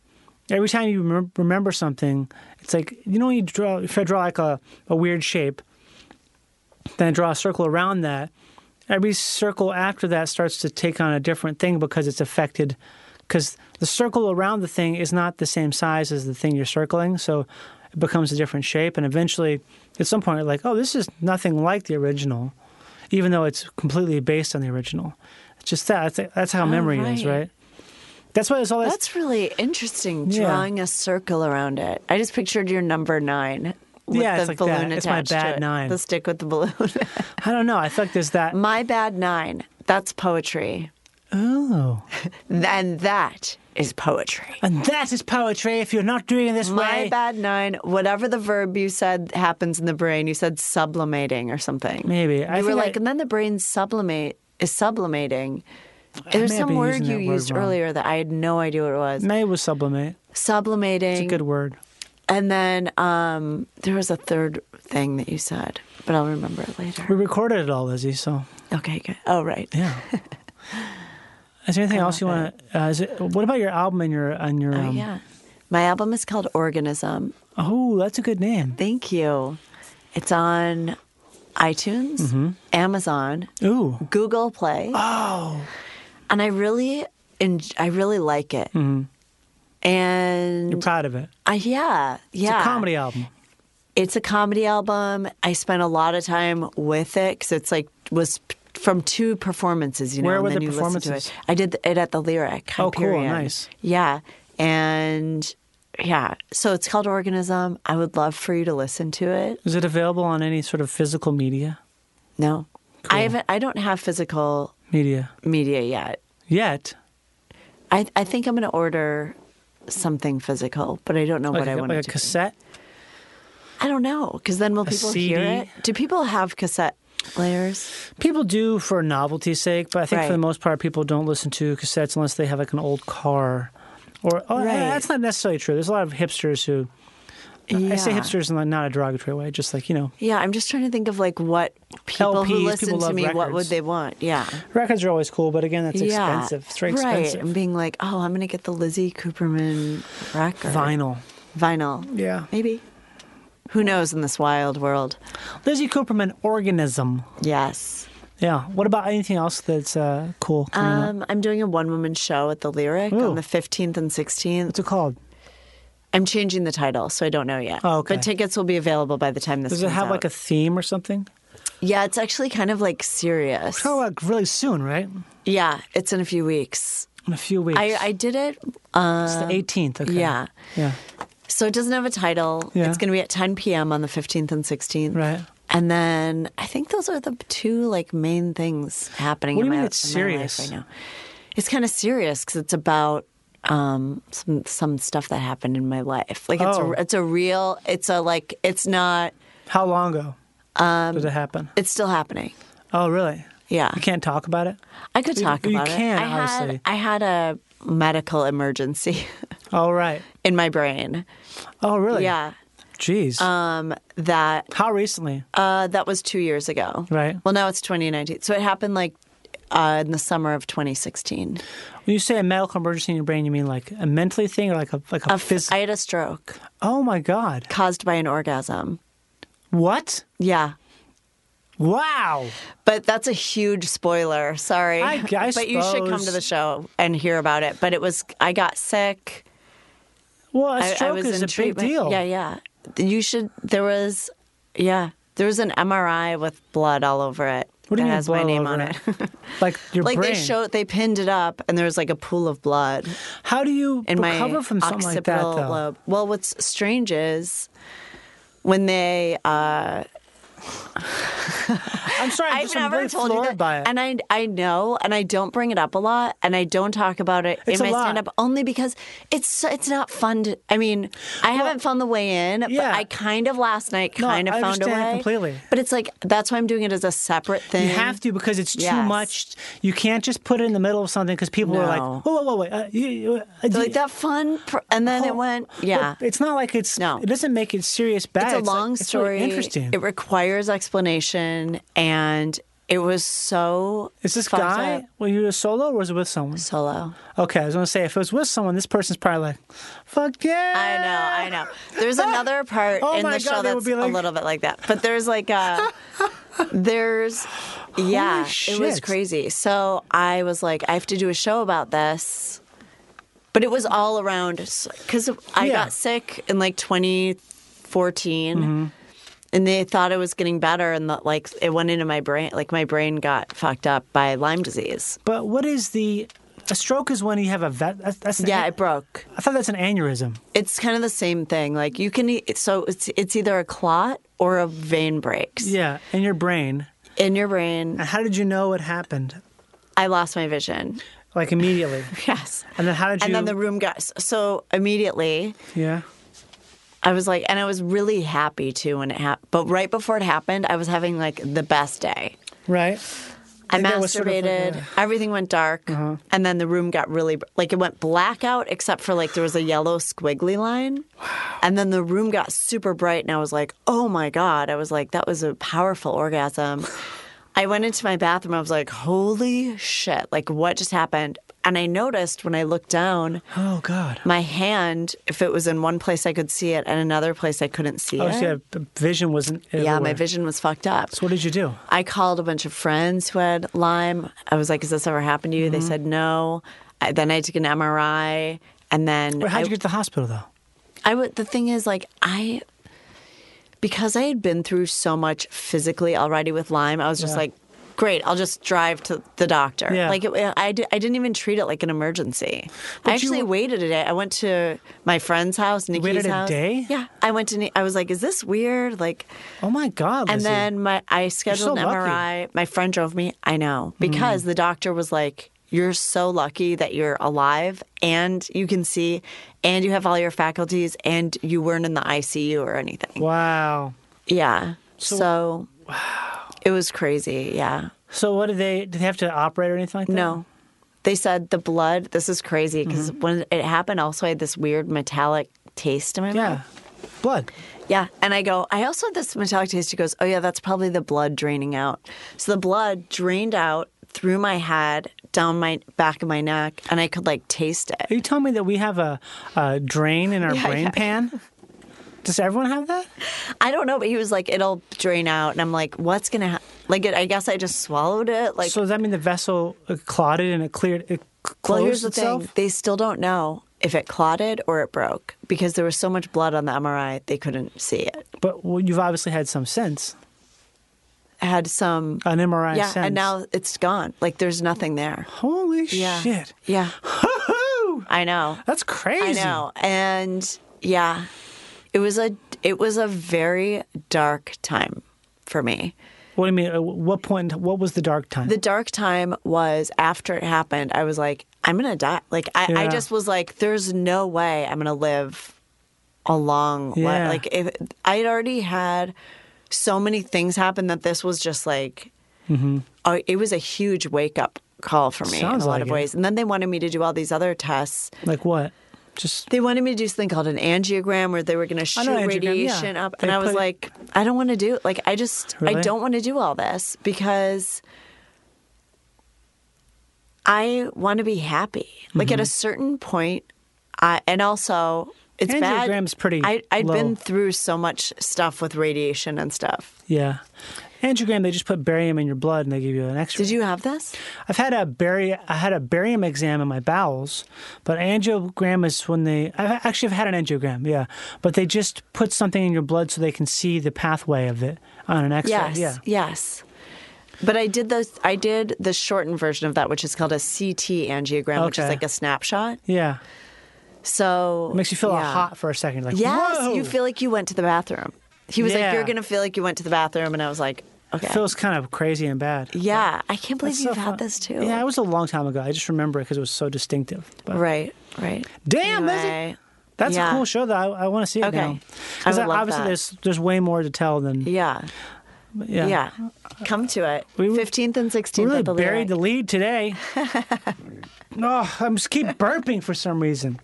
C: Every time you remem- remember something, it's like you know when you draw if I draw like a, a weird shape, then I draw a circle around that. Every circle after that starts to take on a different thing because it's affected because the circle around the thing is not the same size as the thing you're circling, so it becomes a different shape and eventually at some point you're like, "Oh, this is nothing like the original." Even though it's completely based on the original. It's just that that's, that's how
F: Oh,
C: memory is,
F: right.
C: right? That's why it's all that's,
F: that's really interesting
C: Yeah.
F: drawing a circle around it i just pictured your number nine with
C: Yeah,
F: the
C: it's like that.
F: balloon
C: It's my
F: attached
C: bad
F: to it,
C: nine.
F: the stick with the balloon
C: I don't know. I feel like there's that.
F: My Bad Nine. That's poetry.
C: Oh.
F: And that is poetry.
C: And that is poetry if you're not doing it this
F: My
C: way.
F: Bad Nine, whatever the verb you said happens in the brain, you said sublimating or something.
C: Maybe. I
F: you were
C: think
F: like,
C: I-
F: and then the brain sublimate is sublimating.
C: I
F: There's
C: may have
F: some
C: been
F: word
C: using
F: you
C: that word
F: used
C: wrong.
F: earlier that I had no idea what it was.
C: May was sublimate.
F: Sublimating.
C: It's a good word.
F: And then um, there was a third thing that you said, but I'll remember it later.
C: We recorded it all, Lizzie, so.
F: Okay, good. Oh, right.
C: Yeah. Is there anything else you want to? Uh, is it, what about your album and your and your?
F: Oh,
C: um,
F: yeah. My album is called Organism.
C: Oh, that's a good name.
F: Thank you. It's on iTunes,
C: Mhm.
F: Amazon,
C: Ooh.
F: Google Play.
C: Oh.
F: And I really, en- I really like it.
C: Mhm.
F: And
C: You're proud of it.
F: I, yeah, Mm. yeah.
C: It's a comedy album.
F: It's a comedy album. I spent a lot of time with it because it's like was p- from two performances. You know,
C: Where
F: and
C: were
F: then
C: the
F: you listen to
C: performances?
F: it. I did it at the Lyric.
C: Oh, cool.
F: Hyperion.
C: Nice.
F: Yeah, and yeah. So it's called Organism. I would love for you to listen to it.
C: Is it available on any sort of physical media?
F: No, I haven't. I don't have physical
C: Media
F: media yet.
C: yet?
F: I I think I'm going to order something physical, but I don't know
C: like
F: what
C: a,
F: I want
C: like a
F: to do.
C: cassette.
F: I don't know because then will
C: A
F: people hear
C: CD?
F: it? Do people have cassette players?
C: People do for novelty's sake, but I think
F: Right.
C: for the most part, people don't listen to cassettes unless they have like an old car. Or oh,
F: Right.
C: that's not necessarily true. There's a lot of hipsters who I say
F: Yeah.
C: hipsters in like, not a derogatory way, just like, you know,
F: Yeah, I'm just trying to think of like what people who
C: LPs,
F: listen
C: people
F: to
C: love
F: me, what would
C: records.
F: they want? Yeah.
C: records are always cool, but again, that's
F: yeah.
C: expensive. It's very
F: right.
C: expensive.
F: And being like, oh, I'm going to get the Lizzie Cooperman record.
C: Vinyl.
F: Vinyl.
C: Yeah.
F: Maybe. Who knows in this wild world?
C: Lizzie Cooperman, Organism.
F: Yes.
C: Yeah. What about anything else that's uh, cool? coming up?
F: Um, I'm doing a one woman show at the Lyric
C: Ooh.
F: on the 15th and 16th. What's
C: it called?
F: I'm changing the title, so I don't know yet.
C: Oh, okay.
F: But tickets will be available by the time this
C: Does it
F: comes
C: have
F: out.
C: like a theme or something?
F: Yeah, it's actually kind of like serious.
C: Probably like really soon, right?
F: Yeah, it's in a few weeks.
C: In a few weeks.
F: I, I did it.
C: it's the
F: um,
C: 18th. Okay.
F: Yeah.
C: Yeah.
F: So it doesn't have a title.
C: Yeah.
F: It's going to be at 10 p.m. on the 15th and 16th.
C: Right.
F: And then I think those are the two like main things happening.
C: What do
F: in
C: you
F: my,
C: mean it's
F: in my life
C: serious?
F: right now? It's kind of serious because it's about um, some some stuff that happened in my life. Like it's
C: Oh.
F: a, it's a real. It's a like it's not.
C: How long ago
F: Um,
C: did it happen?
F: It's still happening.
C: Oh, really?
F: Yeah.
C: You can't talk about it?
F: I could
C: You-
F: talk
C: you
F: about it.
C: can,
F: I had,
C: obviously.
F: I had a medical emergency
C: Oh, right.
F: in my brain.
C: Oh, really?
F: Yeah.
C: Jeez.
F: Um, that
C: How recently?
F: Uh, that was two years ago.
C: Right.
F: Well, now it's 2019. So it happened like uh, in the summer of 2016.
C: When you say a medical emergency in your brain, you mean like a mentally thing or like a like a,
F: A f-
C: physical?
F: I had a stroke
C: Oh my god!
F: caused by an orgasm.
C: What?
F: Yeah.
C: Wow.
F: But that's a huge spoiler. Sorry.
C: I- I
F: but you should come to
C: suppose.
F: the show and hear about it. But it was, I got sick.
C: Well, a
F: I- I
C: stroke
F: was
C: is
F: in
C: a
F: treatment.
C: big deal.
F: Yeah, yeah. You should, there was, yeah, there was an MRI with blood all over it.
C: What do you
F: that
C: mean
F: has my
C: blood
F: name
C: all
F: on
C: over
F: it.
C: Like your
F: like
C: brain.
F: they showed, they pinned it up, and there was like a pool of blood.
C: How do you
F: in my
C: recover from something like that,
F: occipital
C: though?
F: lobe. Well, what's strange is when they. Uh,
C: I'm sorry, I'm
F: I've
C: just I'm
F: never
C: really
F: told you
C: floored
F: that,
C: by it.
F: and I I know, and I don't bring it up a lot, and I don't talk about it
C: It's a
F: in my
C: lot.
F: stand up only because it's so- it's not fun. To, I mean, I haven't found the way in,
C: yeah.
F: but I kind of last night
C: No,
F: kind
C: I
F: of found a
C: understand
F: way
C: completely.
F: But it's like that's why I'm doing it as a separate thing.
C: You have to because it's too
F: Yes.
C: much. You can't just put it in the middle of something because people are like,
F: No.
C: "Whoa, whoa, whoa, wait!" Uh, you, you, uh,
F: They're
C: you-
F: like that fun, pr-, and then
C: Oh,
F: it went yeah.
C: It's not like it's. No. It doesn't make it serious bad.
F: It's a
C: like-
F: long
C: it's really
F: story.
C: interesting.
F: It requires explanation, and it was so.
C: Is this
F: fucked
C: guy?
F: up.
C: Were you solo or was it with someone?
F: Solo.
C: Okay, I was gonna say if it was with someone, this person's probably like, "Fuck yeah!"
F: I know, I know. There's another part
C: Oh
F: in
C: my
F: the
C: God,
F: show
C: they would
F: that's
C: be like-
F: a little bit like that, but there's like a. There's, yeah,
C: Holy
F: it was
C: shit.
F: crazy. So I was like, I have to do a show about this, but it was all around because
C: Yeah.
F: I
C: Mm-hmm.
F: got sick in like 2014, and they thought I was getting better, and that like it went into my brain, like my brain got fucked up by Lyme disease.
C: But what is the? A stroke is when you have a vet. That's, that's
F: Yeah, it broke.
C: I thought that's an aneurysm.
F: It's kind of the same thing. Like you can, e- so it's it's either a clot or a vein breaks
C: Yeah, in your brain.
F: in your brain.
C: And how did you know it happened?
F: I lost my vision.
C: Like immediately.
F: Yes,
C: And then how did you?
F: and then the room got so immediately.
C: yeah.
F: I was like, and I was really happy too when it happened. But right before it happened, I was having like the best day.
C: Right.
F: I
C: Like, that was
F: masturbated.
C: sort of like a- Uh-huh.
F: Everything went dark, and then the room got really like it went blackout, except for like there was a yellow squiggly line, and then the room got super bright, and I was like, "Oh my god!" I was like, "That was a powerful orgasm." I went into my bathroom. I was like, "Holy shit! Like what just happened?" And I noticed when I looked down,
C: Oh God.
F: my hand, if it was in one place, I could see it, and another place I couldn't see
C: Oh,
F: it.
C: so yeah, the vision wasn't.
F: yeah, my
C: everywhere.
F: vision was fucked up.
C: So what did you do?
F: I called a bunch of friends who had Lyme. I was like, "Has this ever happened to you?" They
C: Mm-hmm.
F: said no. I, then I took an MRI, and then
C: Wait, how'd
F: I,
C: you get to the hospital though?
F: I would. The thing is, like, I because I had been through so much physically already with Lyme, I was just
C: Yeah.
F: like, "Great, I'll just drive to the doctor."
C: Yeah.
F: Like, it, I di- I didn't even treat it like an emergency. I
C: But you-
F: actually waited a day. I went to my friend's house, Nikki's
C: waited a
F: house.
C: day?
F: Yeah, I went to. Ni- I was like, "Is this weird?" Like.
C: Oh my God.
F: And
C: Lizzie.
F: then my I scheduled
C: so Mm-hmm.
F: an MRI. My friend drove me. I know because the doctor was like, "You're so lucky that you're alive and you can see, and you have all your faculties, and you weren't in the ICU or anything."
C: Wow.
F: Yeah. So, it was crazy. Yeah.
C: So what did they? Did they have to operate or anything like that?
F: No. They said the
C: Mm-hmm.
F: blood. This is crazy because when it happened, also I had this weird metallic taste in my
C: Yeah.
F: mouth.
Q: blood.
F: Yeah. And I go, I also had this metallic taste. He goes, Oh, yeah, that's probably the blood draining out. So the blood drained out through my head, down my back of my neck, and I could like taste it.
C: Are you telling me that we have a, a drain in our
F: Yeah,
C: brain
F: yeah.
C: pan? Does everyone have that?
F: I don't know, but he was like, It'll drain out. And I'm like, What's going to happen? Like, it, I guess I just swallowed it. Like,
C: so does that mean the vessel uh, clotted and it cleared? It c- closed
F: well, here's the
C: itself?
F: thing they still don't know if it clotted or it broke because there was so much blood on the MRI, they couldn't see it.
C: But well, you've obviously had some sense.
F: Had some
C: an MRI
F: yeah,
C: sense.
F: and now it's gone. Like there's nothing there.
C: Holy
F: yeah.
C: shit.
F: Yeah. I know.
C: That's crazy.
F: I know. And yeah. It was a it was a very dark time for me.
C: What do you mean? At what point? What was the dark time?
F: The dark time was after it happened, I was like, I'm gonna die. Like I, I
C: Yeah.
F: just was like, there's no way I'm gonna live a long li-
C: Yeah.
F: Like if I'd already had so many things happen that this was just like
C: mm-hmm.
F: uh, it was a huge wake up call for me in
C: Sounds
F: a lot
C: like
F: of
C: it.
F: ways. And then they wanted me to do all these other tests.
C: Like what? Just
F: They wanted me to do something called an angiogram where they were going to
C: I
F: shoot
C: know angiogram, yeah.
F: radiation up. And
C: They
F: I was
C: put it-
F: like, I don't want to do Like, I just, I
C: Really?
F: don't want to do all this because I want to be happy. Like,
C: Mm-hmm.
F: at a certain point, I, and also, it's bad.
C: Angiogram's pretty
F: I, I'd
C: low.
F: been through so much stuff with radiation and stuff.
C: yeah. Angiogram. They just put barium in your blood and they give you an X-ray.
F: Did you have this?
C: I've had a bari- I had a barium exam in my bowels, but angiogram is when they. I've actually have had an angiogram, yeah. But they just put something in your blood so they can see the pathway of it on an X-ray.
F: Yes.
C: Yeah.
F: Yes. But I did those. I did the shortened version of that, which is called a CT angiogram, which is
C: Okay.
F: like a snapshot.
C: Yeah.
F: So
C: It makes you feel all
F: yeah.
C: hot for a second. Like
F: yes,
C: whoa!
F: you feel like you went to the bathroom. He was
C: Yeah.
F: like, "You're gonna feel like you went to the bathroom," and I was like, "Okay."
C: It feels kind of crazy and bad.
F: yeah, I can't believe
C: That's
F: you've
C: so
F: had
C: fun.
F: this too.
C: Yeah, it was a long time ago. I just remember it because it was so distinctive. But
F: Right. Right.
C: Damn, that's a-
F: Anyway,
C: that's
F: yeah.
C: a cool show. Though I, I want to see it
F: Okay.
C: now.
F: I
C: 'Cause
F: would love
C: obviously
F: that.
C: there's there's way more to tell than
F: Yeah.
C: but
F: yeah.
C: yeah.
F: Come to it. Fifteenth and
C: We
F: sixteenth.
C: really
F: at the
C: buried
F: Lyric.
C: the lead today. oh, I'm just keep burping for some reason.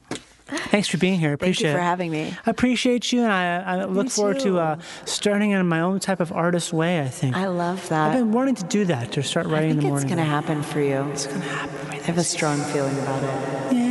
C: Thanks for being here. I
F: Thank you
C: appreciate
F: for
C: it.
F: having me.
C: I appreciate you, and I, I look forward
F: too.
C: to uh, starting in my own type of artist way. I think
F: I love that.
C: I've been wanting to do that to start writing in the
F: it's
C: morning.
F: gonna happen for you. It's
C: gonna happen. I
F: have a strong feeling about it.
C: Yeah.